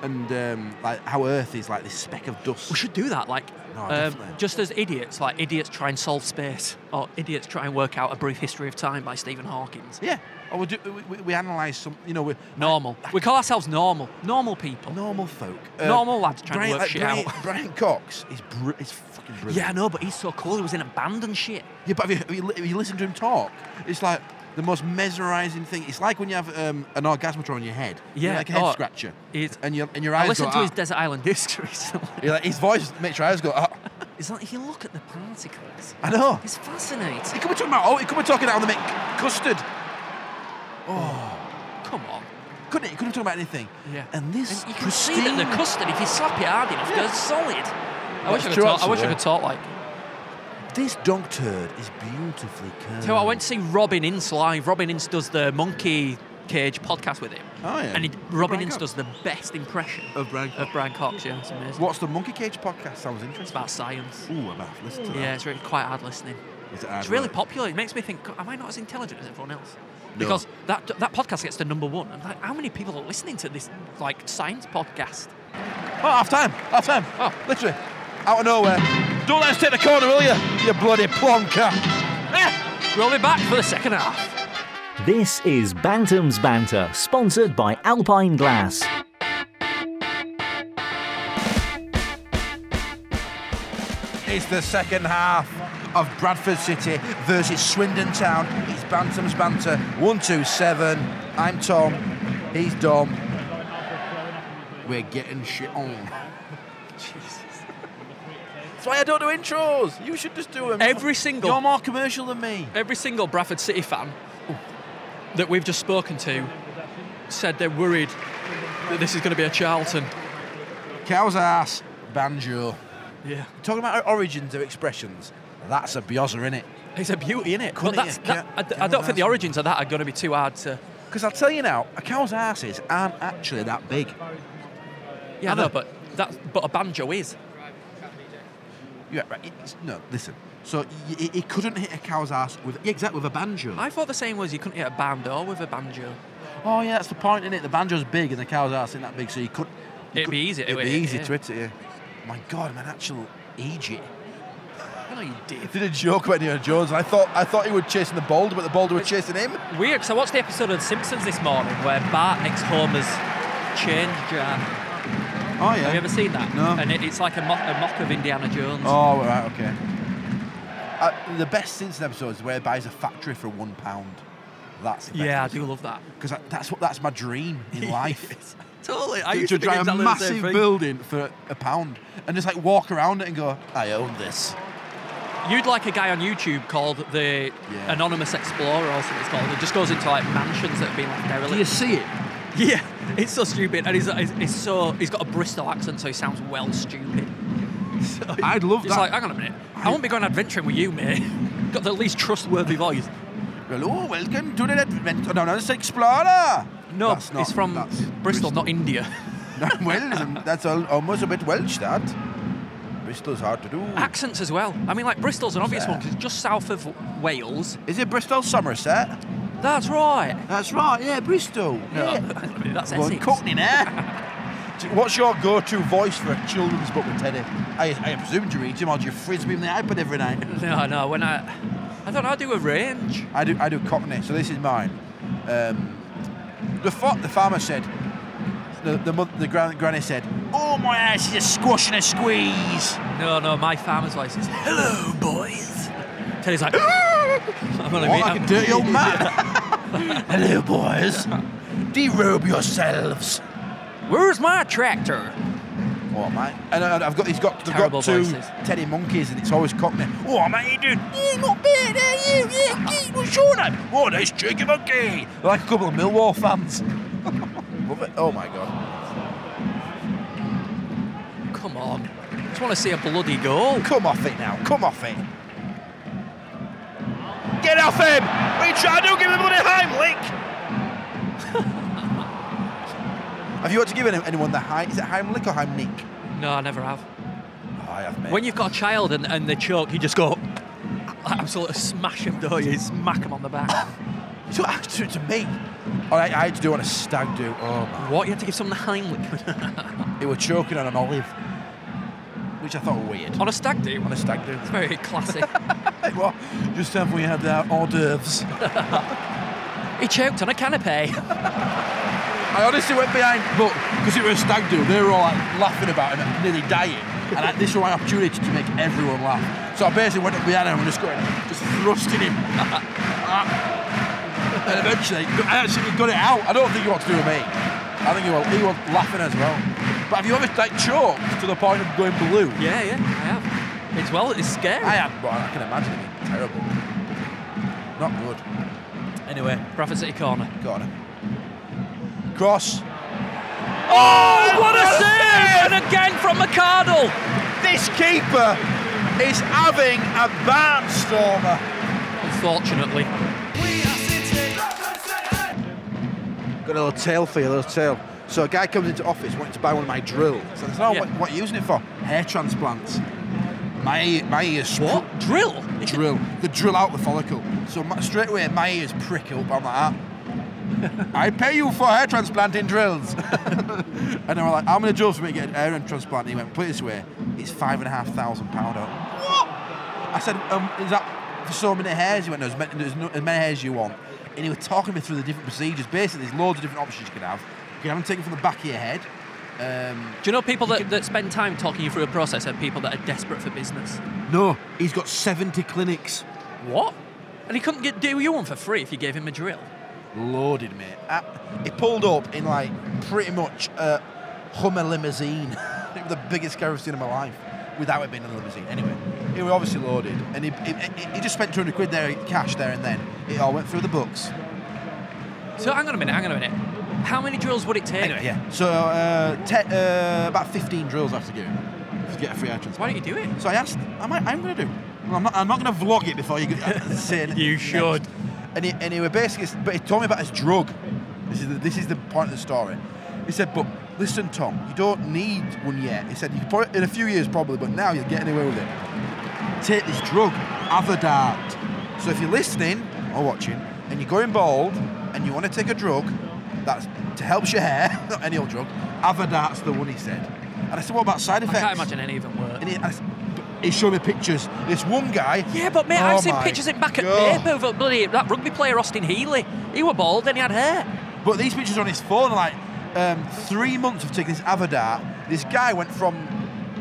S3: and um, like how Earth is like this speck of dust.
S2: We should do that, like,
S3: No,
S2: um,
S3: definitely.
S2: just as idiots, like idiots try and solve space, or idiots try and work out a brief history of time by Stephen Hawking.
S3: Yeah. Or we do. We, we, we analyse some. You know, we
S2: Normal. We call ourselves normal. Normal people.
S3: normal folk. Uh,
S2: Normal lads trying to
S3: Brian,
S2: work shit
S3: Brian,
S2: out.
S3: Brian Cox is br- is fucking brilliant.
S2: Yeah, I know, but he's so cool. He was in a band and shit.
S3: Yeah, but if you, if you, if you listen to him talk, it's like the most mesmerising thing. It's like when you have um, an orgasmator on your head. You know,
S2: Yeah,
S3: like a head
S2: oh,
S3: scratcher.
S2: it's-
S3: and your and your eyes
S2: I listened
S3: go,
S2: to his
S3: "Ah."
S2: Desert Island discs recently.
S3: You're like, his voice makes your eyes go. Ah.
S2: It's like if you look at the particles,
S3: I know.
S2: it's fascinating.
S3: He could be talking about. Oh, he could be talking about how they make custard.
S2: Come on.
S3: Couldn't he? He Couldn't talk about anything.
S2: Yeah.
S3: And this
S2: you can
S3: pristine.
S2: see that the custard, if you slap it hard enough, goes solid. I wish I,
S3: That's
S2: could
S3: true,
S2: talk, I wish I
S3: actually,
S2: could talk like.
S3: this dog turd is beautifully curved.
S2: So I went to see Robin Ince live. Robin Ince does the Monkey Cage podcast with him.
S3: Oh, yeah.
S2: And he, Robin
S3: Brian
S2: Ince
S3: Cox.
S2: does the best impression
S3: Of Brian
S2: of Brian Cox. Yeah, it's amazing.
S3: What's the Monkey Cage podcast? Sounds
S2: It's
S3: interesting.
S2: about science.
S3: Ooh, I'm about to listen to
S2: Yeah, it's really quite hard listening.
S3: that. Is it hard
S2: It's really
S3: work?
S2: popular. It makes me think, "God, am I not as intelligent as everyone else? Because that that podcast gets to number one. I'm like, how many people are listening to this like science podcast?
S3: Oh, half time, half time.
S2: Oh.
S3: Literally, out of nowhere. Don't let us take the corner, will you? You bloody plonker. Ah!
S2: Eh, we'll be back for the second half.
S1: This is Bantam's Banter, sponsored by Alpine Glass.
S3: It's the second half of Bradford City versus Swindon Town. It's Bantam's Banter. One, two, seven. I'm Tom. He's Dom. We're getting shit on.
S2: Jesus.
S3: That's why I don't do intros. You should just do them.
S2: Every single-
S3: You're more commercial than me.
S2: Every single Bradford City fan that we've just spoken to said they're worried that this is going to be a Charlton.
S3: Cow's ass. Banjo.
S2: Yeah.
S3: Talking about our origins of expressions. That's a biozza, innit?
S2: It's a beauty, isn't it? But
S3: Couldn't
S2: that's,
S3: it?
S2: that, I,
S3: Can-
S2: I don't
S3: can
S2: think the
S3: I-
S2: origins of that are going to be too hard to.
S3: Because I'll tell you now, a cow's asses aren't actually that big.
S2: Yeah, I
S3: I
S2: know,
S3: know.
S2: but that, but a banjo is.
S3: Yeah, right. It's, no, listen. So y- y- he couldn't hit a cow's ass with yeah, exactly with a banjo.
S2: I thought the same was you couldn't hit a bando with a banjo.
S3: oh yeah, that's the point in it. The banjo's big and the cow's ass isn't that big, so he could. he
S2: It'd
S3: could-
S2: be easy to
S3: It'd be
S2: hit it,
S3: easy
S2: yeah.
S3: to hit it. Yeah. My God, I'm an actual Egypt.
S2: I know you did.
S3: Did a joke about Indiana Jones, and I thought I thought he was chasing the boulder, but the boulder was chasing him.
S2: Weird, So I watched the episode of The Simpsons this morning where Bart ex Homer's change jar.
S3: Oh
S2: Have you
S3: yeah.
S2: ever seen that?
S3: No.
S2: And it, it's like a mock, a mock of Indiana Jones.
S3: Oh right, okay. Uh, the best Simpson episode is where he buys a factory for one pound. That's the best
S2: yeah, I do love that.
S3: because that's what that's my dream in life.
S2: Totally. I
S3: to,
S2: used
S3: to
S2: to think
S3: try a
S2: exactly the same
S3: massive
S2: thing.
S3: building for a pound and just like walk around it and go, I own this.
S2: You'd like a guy on YouTube called the
S3: Yeah.
S2: Anonymous Explorer or something it's called. It just goes into like mansions that have been left derelict.
S3: see it?
S2: Yeah, it's so stupid, and he's, he's, he's so he's got a Bristol accent, so he sounds well stupid. So
S3: I'd love
S2: It's
S3: that.
S2: like, hang on a minute, I, won't be going adventuring with you, mate. got the least trustworthy voice.
S3: Hello, welcome to the adventure. No, no, it's Explorer.
S2: No,
S3: That's not-
S2: it's from
S3: that's-
S2: Bristol, not India.
S3: No, well, um, that's al- almost a bit Welsh, that. Bristol's hard to do.
S2: Accents as well. I mean, like Bristol's an obvious one because it's just south of Wales.
S3: Is it Bristol, Somerset?
S2: That's right.
S3: That's right, yeah, Bristol.
S2: No, hang on a minute, that's
S3: Going
S2: Essex.
S3: Cockney now. Do- What's your go-to voice for a children's book with Teddy? I, I presume you read him, or do you frisbee him the iPad every night?
S2: No, no. When I, I don't know. I do a range.
S3: I do I do Cockney, so this is mine. Um, the fa- the farmer said, the the, mo- the gran- granny said, "Oh my ass is a squash and a squeeze."
S2: No, no. My farmer's voice is hello, boys. Teddy's like. I'm gonna
S3: What
S2: be-
S3: like a dirty old man. Hello, boys. Derobe yourselves.
S2: Where's my tractor?
S3: Oh mate, and I- I've got he's got they've
S2: Terrible
S3: got two
S2: voices.
S3: Teddy monkeys, and it's always Cockney. Oh mate, you doing? Yeah, not bad. How are you? Yeah, good. What's shoot him! Whoa, nice cheeky monkey! They're Like a couple of Millwall fans. Love it. Oh my god.
S2: Come on. Just want to see a bloody goal.
S3: Come off it now. Come off it. Get off him! What are you trying to do? Give him the bloody Heimlich! Have you had to give any- anyone the Heim? Is it Heimlich or Heimlich?
S2: No, I never have.
S3: Oh, I have, mate.
S2: When you've got a child and, and they choke, you just go, absolutely smash them, don't you? Smack them on the back.
S3: So actually, to me, all right, I had to do it on a stag do. Oh my!
S2: what? You had to give someone the Heimlich
S3: They were choking on an olive, which I thought were weird.
S2: on a stag do?
S3: On a stag do.
S2: It's very classic.
S3: Hey, what? Just have we had our hors d'oeuvres.
S2: he choked on a canapé.
S3: I honestly went behind, but because it was a stag do, they were all like laughing about him, and nearly dying. And like, this was my opportunity to make everyone laugh. So I basically went up behind him and just going, just thrusting him. and eventually, I actually got it out. I don't think he wants to do with me. I think he was, he was laughing as well. But have you ever like choked to the point of going blue?
S2: yeah, yeah, I have. It's well, it's scary.
S3: I am. Well, I can imagine it being terrible. Not good. Anyway,
S2: Bradford City corner.
S3: got him. Cross.
S2: Oh, what a
S3: what a
S2: save! And again from McCardle.
S3: This keeper is having a barnstormer.
S2: Unfortunately,
S3: Got a little tail for you, a little tail. So a guy comes into office wanting to buy one of my drills. So I said, oh,
S2: Yeah.
S3: what, what are you using it for? Hair transplants. My ear, my uh, ears
S2: what drill?
S3: drill. The drill out the follicle. So my, straight away, my ears prick up. I'm like, ah. I pay you for hair transplanting drills. and they were like, how many drills for me to get an hair transplant? And he went, put it this way, it's five and a half thousand pound up. What? I said, um, is that for so many hairs? He went, no, as many, as no- as many hairs as you want. And he was talking me through the different procedures. Basically, there's loads of different options you can have. You can have them taken from the back of your head. Um,
S2: Do you know people that, that spend time talking you through a process are people that are desperate for business?
S3: no, he's got 70 clinics.
S2: What? And he couldn't get, do you one for free if you gave him a drill.
S3: loaded, mate. Uh, It pulled up in like pretty much a Hummer limousine. it was the biggest car I've seen in my life, without it being a limousine. Anyway, it was obviously loaded, and he, he, he- he just spent 200 quid there, cash there and then. It all went through the books.
S2: So hang on a minute, hang on a minute. How many drills would it take?
S3: yeah. So uh, te- uh, about 15 drills I have to do to get a free entrance.
S2: Why don't you do it?
S3: So I asked, am I, I'm going to do. Well, I'm not, I'm not going to vlog it before you go- say it.
S2: You
S3: next.
S2: should.
S3: And he, and he were basically, but he told me about his drug. This is, the, this is the point of the story. He said, but listen, Tom, you don't need one yet. He said, you could probably, in a few years probably, but now you're getting away with it. Take this drug, Avodart. So if you're listening or watching, and you're going bald, and you want to take a drug that's to help your hair, not any old drug, Avodart's the one he said. And I said, what about side
S2: I
S3: effects?
S2: can't imagine any of them work.
S3: And he, I, he showed me pictures. This one guy.
S2: Yeah, but mate,
S3: Oh
S2: I've seen
S3: my
S2: pictures in back at
S3: God.
S2: Babe of bloody that rugby player Austin Healy. He were bald and he had hair.
S3: But these pictures on his phone are like um, three months of taking this Avodart. This guy went from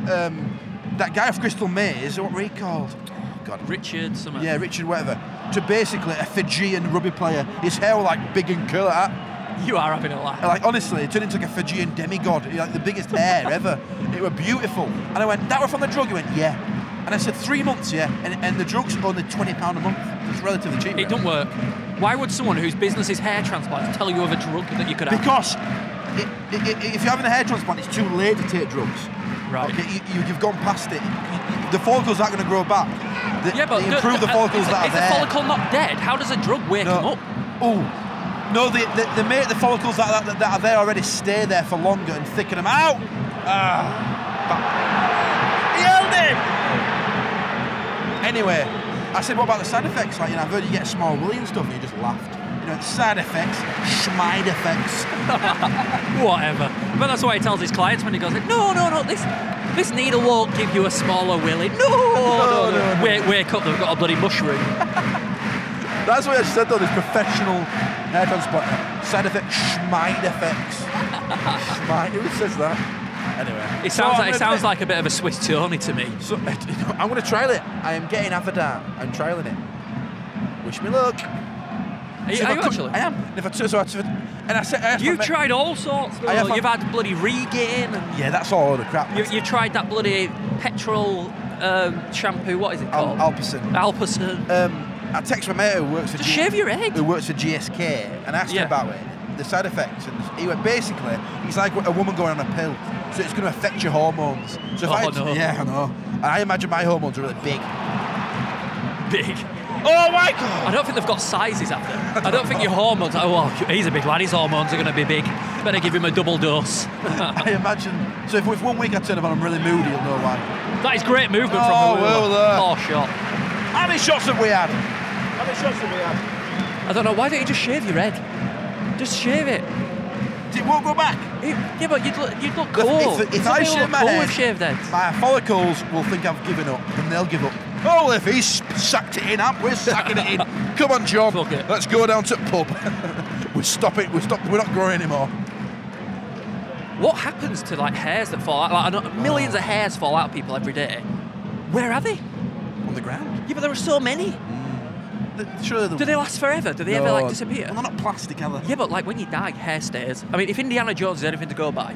S3: um, that guy of Crystal Maze, what were he called? Oh, God.
S2: Richard, something.
S3: Yeah, Richard whatever. To basically a Fijian rugby player. His hair was like big and curly. like that.
S2: You are having a laugh.
S3: And, Like honestly, it turned into like a Fijian demigod. He, Like the biggest hair ever. It were beautiful. And I went, that were from the drug? He went, yeah. And I said, three months, yeah. And, and the drug's only £20 a month. It's relatively cheap.
S2: It
S3: really.
S2: don't work. Why would someone whose business is hair transplants tell you of a drug that you could have?
S3: Because i i i if you're having a hair transplant, it's too late to take drugs.
S2: Right.
S3: Okay, you, you, you've gone past it. The follicles aren't going to grow back. They,
S2: yeah, but
S3: they
S2: no,
S3: improve the
S2: uh,
S3: follicles
S2: is,
S3: that
S2: is
S3: are there.
S2: the follicle not dead? How does a drug wake him
S3: no.
S2: up?
S3: Oh, no, they, they, they make the follicles that, that, that are there already stay there for longer and thicken them out. Ah, but- he held him. Anyway, I said, what about the side effects? Like, you know, I've heard you get small willy and stuff, and you just laughed. You know, it's side effects, schmide effects.
S2: Whatever. But that's why he tells his clients when he goes, no, no, no, this this needle won't give you a smaller willy. No, no, no.
S3: no, no.
S2: Wake, wake up, they've got a bloody mushroom.
S3: That's what I said though, this professional hair transplant. Side effects, schmide effects. schmide, who says that? Anyway.
S2: It sounds like
S3: So I'm
S2: it sounds
S3: gonna-
S2: like a bit of a Swiss Tony to me.
S3: So, I'm going to trial it. I am getting Avodart. I'm trialing it. Wish me luck.
S2: Are you,
S3: So if
S2: are
S3: I
S2: you
S3: could-
S2: actually?
S3: I am. And if I took, so I took, and I said, I asked my
S2: You've
S3: mate-
S2: tried all sorts.
S3: I
S2: Though.
S3: have had-
S2: You've had bloody regain. And
S3: Yeah, that's all the crap.
S2: you, you've tried that bloody petrol um, shampoo. What is it
S3: Al-
S2: called?
S3: Alperson.
S2: Alperson.
S3: Um, I text my mate who works for
S2: Just shave your head.
S3: who works for GSK and asked
S2: Yeah.
S3: him about it, the side effects, and he went basically he's like a woman going on a pill, so it's going to affect your hormones. So if I,
S2: Oh, no.
S3: yeah, I know. And I imagine my hormones are really big.
S2: Big.
S3: Oh my god!
S2: I don't think they've got sizes up there. I don't think your hormones. Oh well, he's a big lad. His hormones are going to be big. Better give him a double dose.
S3: I imagine. So if, if one week I turn him on, I'm really moody. You'll know why.
S2: That is great movement
S3: Oh,
S2: from
S3: well,
S2: Wooler.
S3: there.
S2: Oh shot.
S3: How many shots have we had? How many shots have we had?
S2: I don't know. Why don't you just shave your head? Just shave it.
S3: It won't go back.
S2: It- Yeah, but you'd look, you'd look
S3: If-
S2: cool.
S3: if- if
S2: Some people
S3: I shave
S2: look
S3: my
S2: cool
S3: head-
S2: with shaved heads.
S3: My follicles will think I've given up, and they'll give up. Oh, if he's sacked it in, up, we're sacking it in. Come on, John.
S2: Fuck it.
S3: Let's go down to the pub. we stop it. We stop. We're not growing anymore.
S2: What happens to like hairs that fall out? Like, I know millions of hairs fall out of people every day. Where are they?
S3: On the ground.
S2: Yeah, but there are so many.
S3: The- Surely the,
S2: Do they last forever? Do they ever like disappear?
S3: Well, they're not plastic, are they?
S2: Yeah, but like when you die, hair stays. I mean, if Indiana Jones is anything to go by,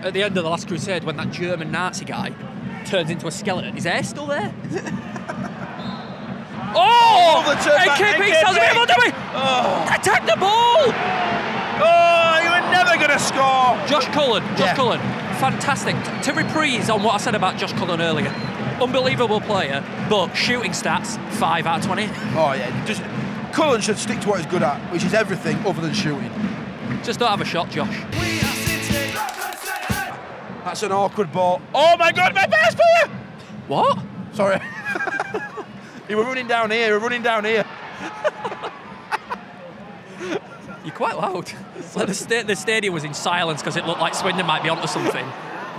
S2: at the end of the Last Crusade, when that German Nazi guy turns into a skeleton, his hair still there. oh!
S3: Oh, the turn back,
S2: AKP
S3: AKP.
S2: tells me about Dummy!
S3: Oh,
S2: Attack the ball!
S3: oh, you were never gonna score.
S2: Josh Cullen, Josh
S3: Yeah.
S2: Cullen, fantastic. T- To reprise on what I said about Josh Cullen earlier, unbelievable player, but shooting stats five out of twenty.
S3: Oh yeah, just Cullen should stick to what he's good at, which is everything other than shooting.
S2: Just don't have a shot, Josh.
S3: That's an awkward ball. Oh my God, my best player!
S2: What?
S3: Sorry. you were running down here. You were running down here.
S2: You're quite loud. Like the, sta- the stadium was in silence because it looked like Swindon might be onto something.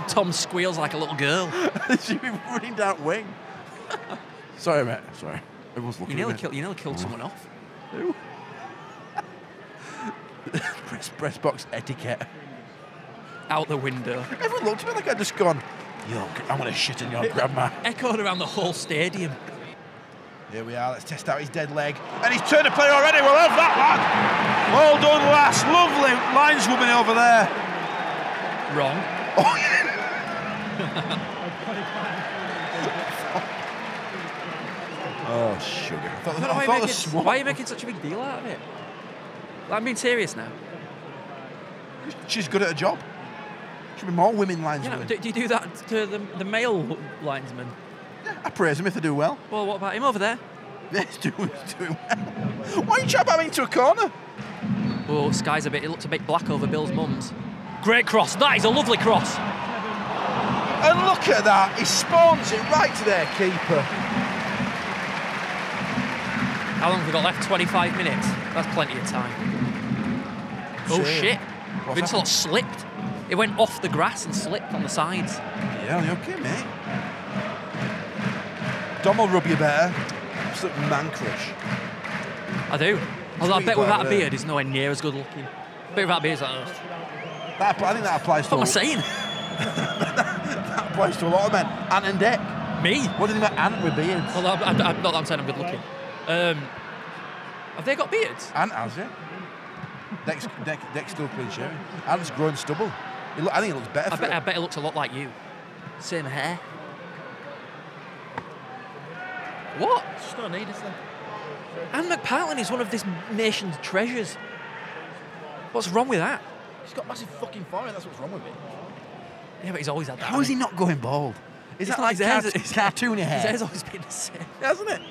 S2: Tom squeals like a little girl.
S3: you were running down wing. Sorry, mate. Sorry. Everyone's looking.
S2: You nearly
S3: at me.
S2: killed. You nearly killed someone off.
S3: Press, press box etiquette.
S2: Out the window.
S3: Everyone looked at me like I'd just gone. Yo, I'm gonna shit in your grandma.
S2: Echoed around the whole stadium.
S3: Here we are, let's test out his dead leg. And he's turned a player already, we'll have that lad. Well done, lass. Lovely lineswoman over there.
S2: Wrong.
S3: Oh, sugar. I thought,
S2: I don't know
S3: I
S2: why,
S3: thought
S2: you're
S3: the
S2: making,
S3: swan-
S2: why are you making such a big deal out of it? I'm being serious now.
S3: She's good at her job. Should be more women
S2: You know,
S3: lineswomen.
S2: do, do you do that to the, the male linesman?
S3: I praise them if they do well.
S2: Well, what about him over there?
S3: He's doing, he's doing well. Why are you trying to him into a corner?
S2: Oh, sky's a bit. It looks a bit black over Bill's mum's. Great cross. That is a lovely cross.
S3: And look at that, he spawns it right to their keeper.
S2: How long have we got left? 25 minutes. That's plenty of time. Oh
S3: Shame.
S2: shit!
S3: What's
S2: Vincelot slipped. It went off the grass and slipped on the sides.
S3: Yeah, you okay, mate? Dom will rub you better. Absolute man crush.
S2: I do. Although I
S3: Sweet
S2: bet without a
S3: bladder.
S2: beard, he's nowhere near as good looking. Bet without a beard, he's like, "Ugh."
S3: That, I think that applies to
S2: what am I saying?
S3: that applies to a lot of men. Ant and Dick.
S2: Me?
S3: What do you think about Ant with beards?
S2: Well, I, I, I, not that I'm saying I'm good looking. Um, have they got beards?
S3: Ant has it. Deck's, Deck, Deck's still clean shaven. Ant's growing stubble. He look, I think it looks better
S2: I
S3: for
S2: bet, I
S3: him.
S2: bet it looks a lot like you. Same hair. What?
S3: It's not needed, is there?
S2: Anne McPartlin is one of this nation's treasures. What's wrong with that?
S3: He's got massive fucking forehead, that's what's wrong with it.
S2: Yeah, but he's always had that.
S3: How is he
S2: hasn't
S3: not going bald? Is
S2: It's
S3: that
S2: not-
S3: like
S2: his hair's-
S3: cart-
S2: his hair-
S3: cartoony
S2: he?
S3: hair?
S2: His hair's always been the same.
S3: Hasn't it?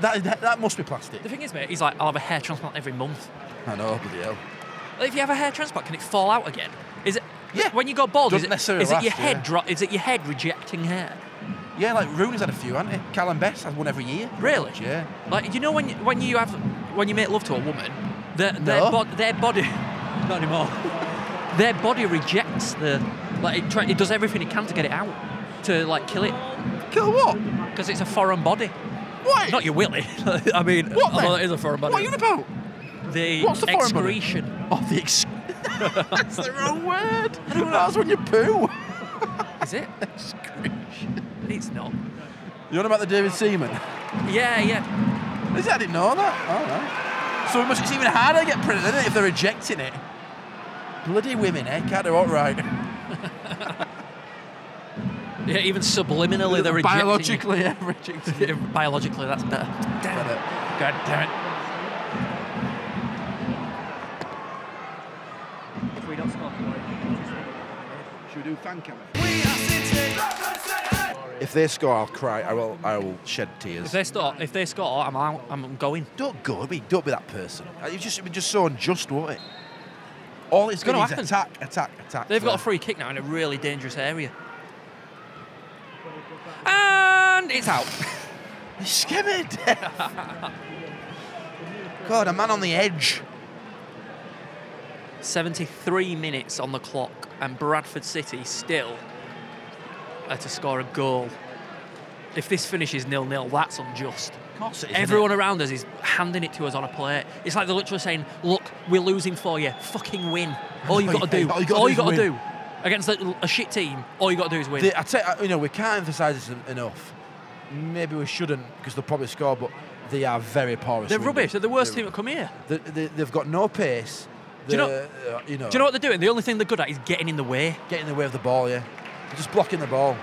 S3: That, that, that must be plastic.
S2: The thing is, mate, he's like, I'll have a hair transplant every month.
S3: I know, bloody hell.
S2: Like, if you have a hair transplant, can it fall out again? Is it?
S3: Yeah.
S2: When you go bald, is
S3: Doesn't
S2: it,
S3: necessarily
S2: is it your
S3: last,
S2: head
S3: yeah.
S2: dro- Is it your head rejecting hair?
S3: Yeah, like Rooney's had a few, hasn't he? Callum Best has one every year.
S2: Really?
S3: Yeah.
S2: Like you know when you, when you have when you make love to a woman, their their,
S3: No.
S2: bod- their body not anymore. their body rejects the like it, try, it does everything it can to get it out to like kill it
S3: Kill what?
S2: because it's a foreign body.
S3: What?
S2: Not your willy. I mean,
S3: What
S2: although
S3: then?
S2: it is a foreign body.
S3: What are you on about?
S2: the
S3: What's the foreign body?
S2: excretion
S3: Oh,
S2: of the ex-
S3: That's the wrong word. That's when you poo.
S2: is it? It's not.
S3: You're on about the David Seaman?
S2: Yeah, yeah.
S3: Is it? I didn't know that. All right. So it must, it's even harder to get printed, isn't it, if they're rejecting it? Bloody women, eh? Can't do what right.
S2: Yeah, even subliminally they're rejecting.
S3: Biologically, yeah, rejecting it.
S2: Biologically, that's better. Damn.
S3: But, uh,
S2: God damn
S4: If we don't score,
S5: Should we do fan cam?
S3: If they score, I'll cry. I will. I will shed
S2: If
S3: tears.
S2: they score, if they score, I'm out. I'm going.
S3: Don't go. I mean, don't be that person. Uh, You just, it was just so unjust, won't it? All it's
S2: It's gonna
S3: going to
S2: happen.
S3: is attack, attack, attack.
S2: They've got a
S3: for-
S2: free kick now in a really dangerous area. And it's out.
S3: They skim it. God, a man on the edge.
S2: 73 minutes on the clock, and Bradford City still are to score a goal. If this finishes nil-nil, that's unjust.
S3: Of course it is.
S2: Everyone around us is handing it to us on a plate. It's like they're literally saying, "Look, we're losing for you. Fucking win. All you
S3: All you-
S2: got to do.
S3: all you gotta do is
S2: gotta
S3: win."
S2: do against a, a shit team. All you got to do is win."
S3: They- I tell you, you know, we can't emphasise this en- enough. Maybe we shouldn't because they'll probably score, but they are very porous.
S2: They're
S3: Swindon.
S2: rubbish. They're the worst
S3: They're-
S2: team that come here.
S3: They, they, they've got no pace.
S2: Do you know-
S3: They're, uh, you know,
S2: Do you know what they're doing? The only thing they're good at is getting in the way.
S3: Getting in the way of the ball, yeah. They're just blocking the ball.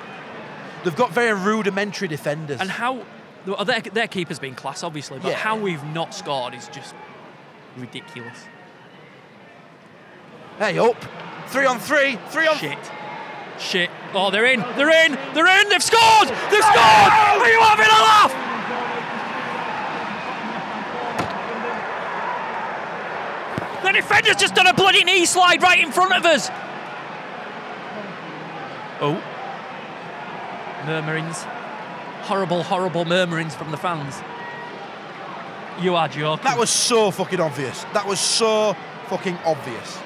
S3: They've got very rudimentary defenders.
S2: And how well, their, their keeper's been class, obviously, but
S3: Yeah.
S2: how we've not scored is just ridiculous.
S3: hey, up. Three on three. Three on
S2: Shit. Shit. Oh, they're in. They're in. They're in. They've scored. They've scored. Are you having a laugh? The defender's just done a bloody knee slide right in front of us. Oh. Murmurings. Horrible, horrible murmurings from the fans. You are joking.
S3: That was so fucking obvious. That was so fucking obvious.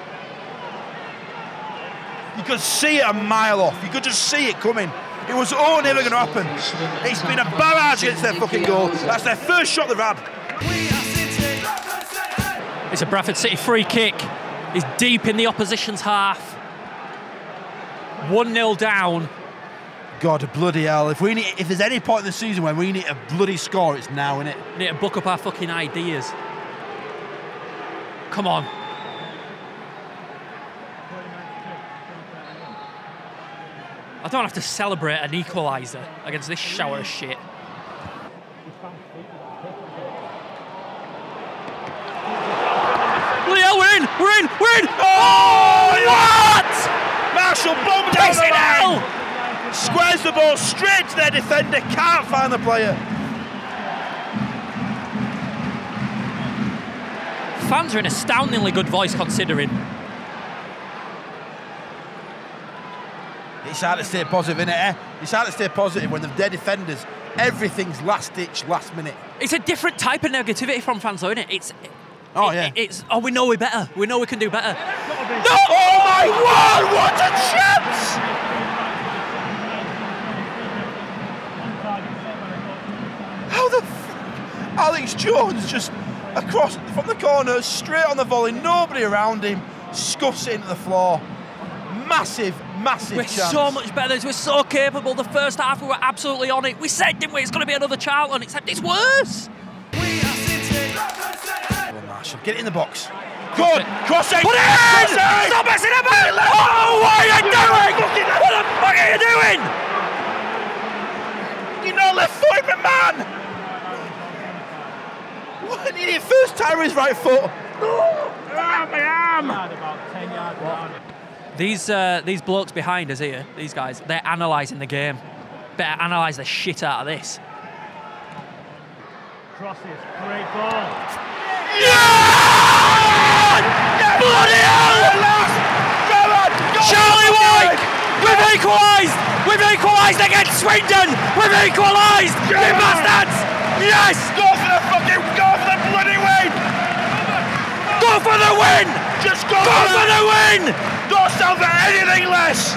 S3: You could see it a mile off. You could just see it coming. It was all never going to happen. It's been a barrage against their fucking goal. That's their first shot they've had.
S2: It's a Bradford City free kick. It's deep in the opposition's half. 1 0 down.
S3: God bloody hell! If we need, if there's any point in the season when we need a bloody score, it's now, innit?
S2: Need to book up our fucking ideas. Come on. I don't have to celebrate an equaliser against this shower of shit. Bloody hell, we're in! We're in! We're in! Oh, what?
S3: Marshall bombed down
S2: Takes
S3: the
S2: it out!
S3: line, squares the ball straight to their defender, can't find the player.
S2: Fans are in astoundingly good voice considering.
S3: It's hard to stay positive, innit? Eh? It's hard to stay positive when their defenders, everything's last ditch, last minute.
S2: It's a different type of negativity from fans, though, isn't it? It's
S3: Oh
S2: it-
S3: yeah.
S2: it- it's oh we know we're better. We know we can do better.
S3: No! Oh my word, what a chance! How the f- Alex Jones just across from the corner, straight on the volley, nobody around him, scuffs it into the floor. Massive, massive
S2: We're
S3: chance.
S2: so much better. We're so capable. The first half we were absolutely on it. We said, didn't we? It's going to be another Charlton, except it's worse.
S3: Oh, Marshall, get it in the box. Good, cross it!
S2: Put it in! Stop messing about! Oh, what are you doing? What the fuck are you doing?
S3: You're not left footed, my man! What? He did it first time with his right foot.
S2: These uh, these blokes behind us here, these guys, they're analysing the game. Better analyse the shit out of this.
S4: Crosses, great ball.
S3: Bloody hell! Gerrard!
S2: Charlie White! We've equalised! We've equalised against Swindon! We've equalised! You bastards! Yes!
S3: Go for the fucking, go for the bloody win!
S2: Go for the win!
S3: Just go,
S2: Go for the win!
S3: Don't sell for anything less!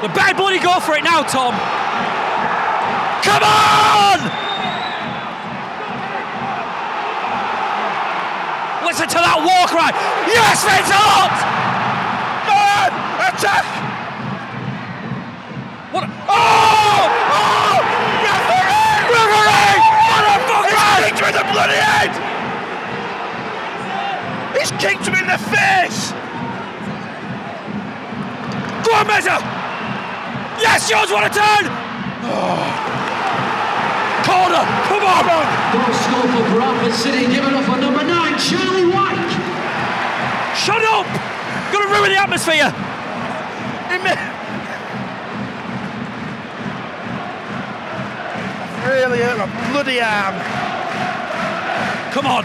S2: The bad bloody go for it now, Tom! Come on! Listen to that war cry! Yes, it's hot!
S3: Go on! Attack!
S2: What a-
S3: Oh! Oh! Referee! Referee! Motherfucker! He's kicked him in the bloody head! He's kicked him in the face!
S2: Go on, Meza! Yes, yours, what a turn! Corner! Oh. Come on!
S6: Goal score for Bradford City, given up for number nine, Charlie White.
S2: Shut up! Gonna ruin the atmosphere!
S3: Really hurt my bloody arm.
S2: Come on!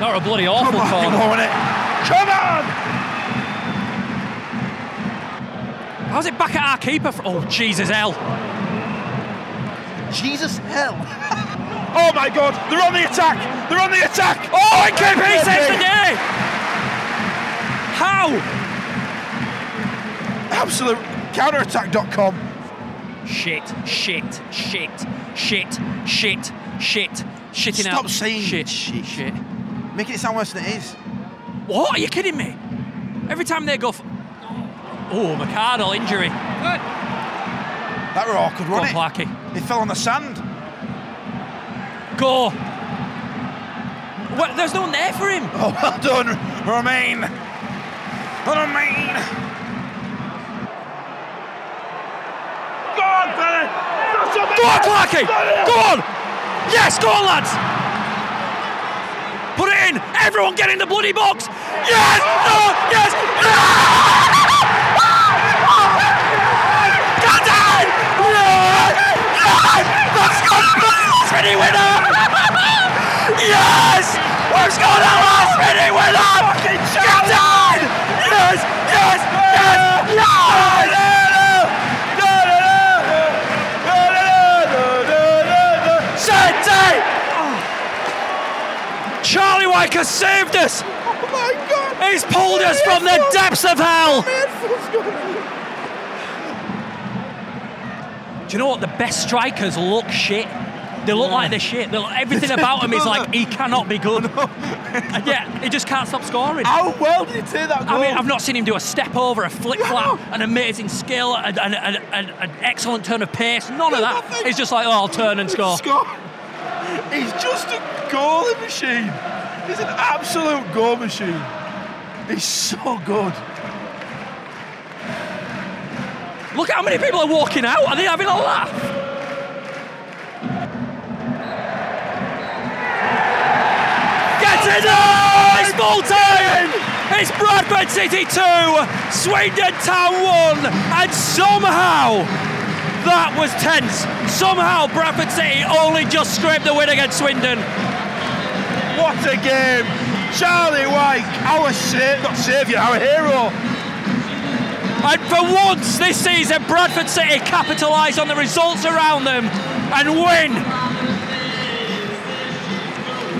S2: Not a bloody awful
S3: Come on,
S2: corner.
S3: you want it. Come on!
S2: How's it back at our keeper? For, oh, Jesus, hell.
S3: Jesus hell. oh my god, they're on the attack! They're on the attack! Oh, I
S2: KP saves the day! How?
S3: Absolute counterattack.com.
S2: Shit, shit, shit, shit, shit, shit, shitting
S3: Stop
S2: out.
S3: saying
S2: shit,
S3: shit.
S2: shit.
S3: Making it sound worse than it is.
S2: What? Are you kidding me? Every time they go. F- oh, McCardle injury.
S3: That were awkward,
S2: Go on,
S3: wasn't it?
S2: Clarkey.
S3: They fell on the sand.
S2: Go. Well, there's no one there for him.
S3: Oh, well done, Romain. Romain. Go on, Bennett.
S2: Go on, Clarkey. Go on. Yes, go on, lads. Put it in. Everyone get in the bloody box. Yes. No. Yes. No. Come down. Yes. Yes. That's gone. Last minute winner. Yes. We've scored our last minute winner. Come down. Yes. Yes. Yes. Yes. Sente! Charlie White has saved us!
S3: Oh my god.
S2: He's pulled us from the depths of hell! Do you know what? The best strikers look shit. They look like they're shit. They look, everything about him is like he cannot be good. And yet, he just can't stop scoring.
S3: How well did you take that goal?
S2: I mean, I've not seen him do a step over, a flip flap,
S3: No.
S2: an amazing skill, an, an, an, an, an excellent turn of pace. None of that.
S3: Nothing.
S2: He's just like, oh, I'll turn and score.
S3: Score. He's just a goalie machine. He's an absolute goal machine. He's so good.
S2: Look at how many people are walking out. Are they having a laugh? Get it in! It's Bolton! It's Bradford City 2, Swindon Town 1, and somehow that was tense. Somehow Bradford City only just scraped the win against Swindon.
S3: What a game. Charlie White, our save, not saviour, our hero.
S2: And for once this season, Bradford City capitalise on the results around them and win.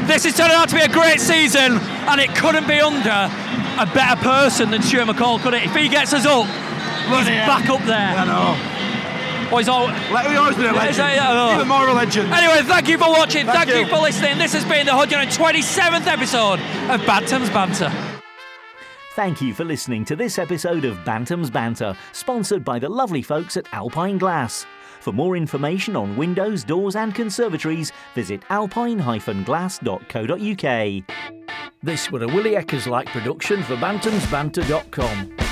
S2: This has turned out to be a great season, and it couldn't be under a better person than Stuart McCall, could it? If he gets us up, he's back up there.
S3: know.
S2: Or he's all...
S3: Like, we always been a
S2: Yeah,
S3: legend.
S2: it's like, oh.
S3: Even more a legend.
S2: Anyway, thank you for watching. Thank,
S3: Thank
S2: you.
S3: you.
S2: for listening. This has been the 127th episode of Bantam's Banter.
S1: Thank you for listening to this episode of Bantam's Banter, sponsored by the lovely folks at Alpine Glass. For more information on windows, doors, and conservatories, visit alpine-glass.co.uk.
S7: This was a Willie Eckers like production for BantamsBanter.com.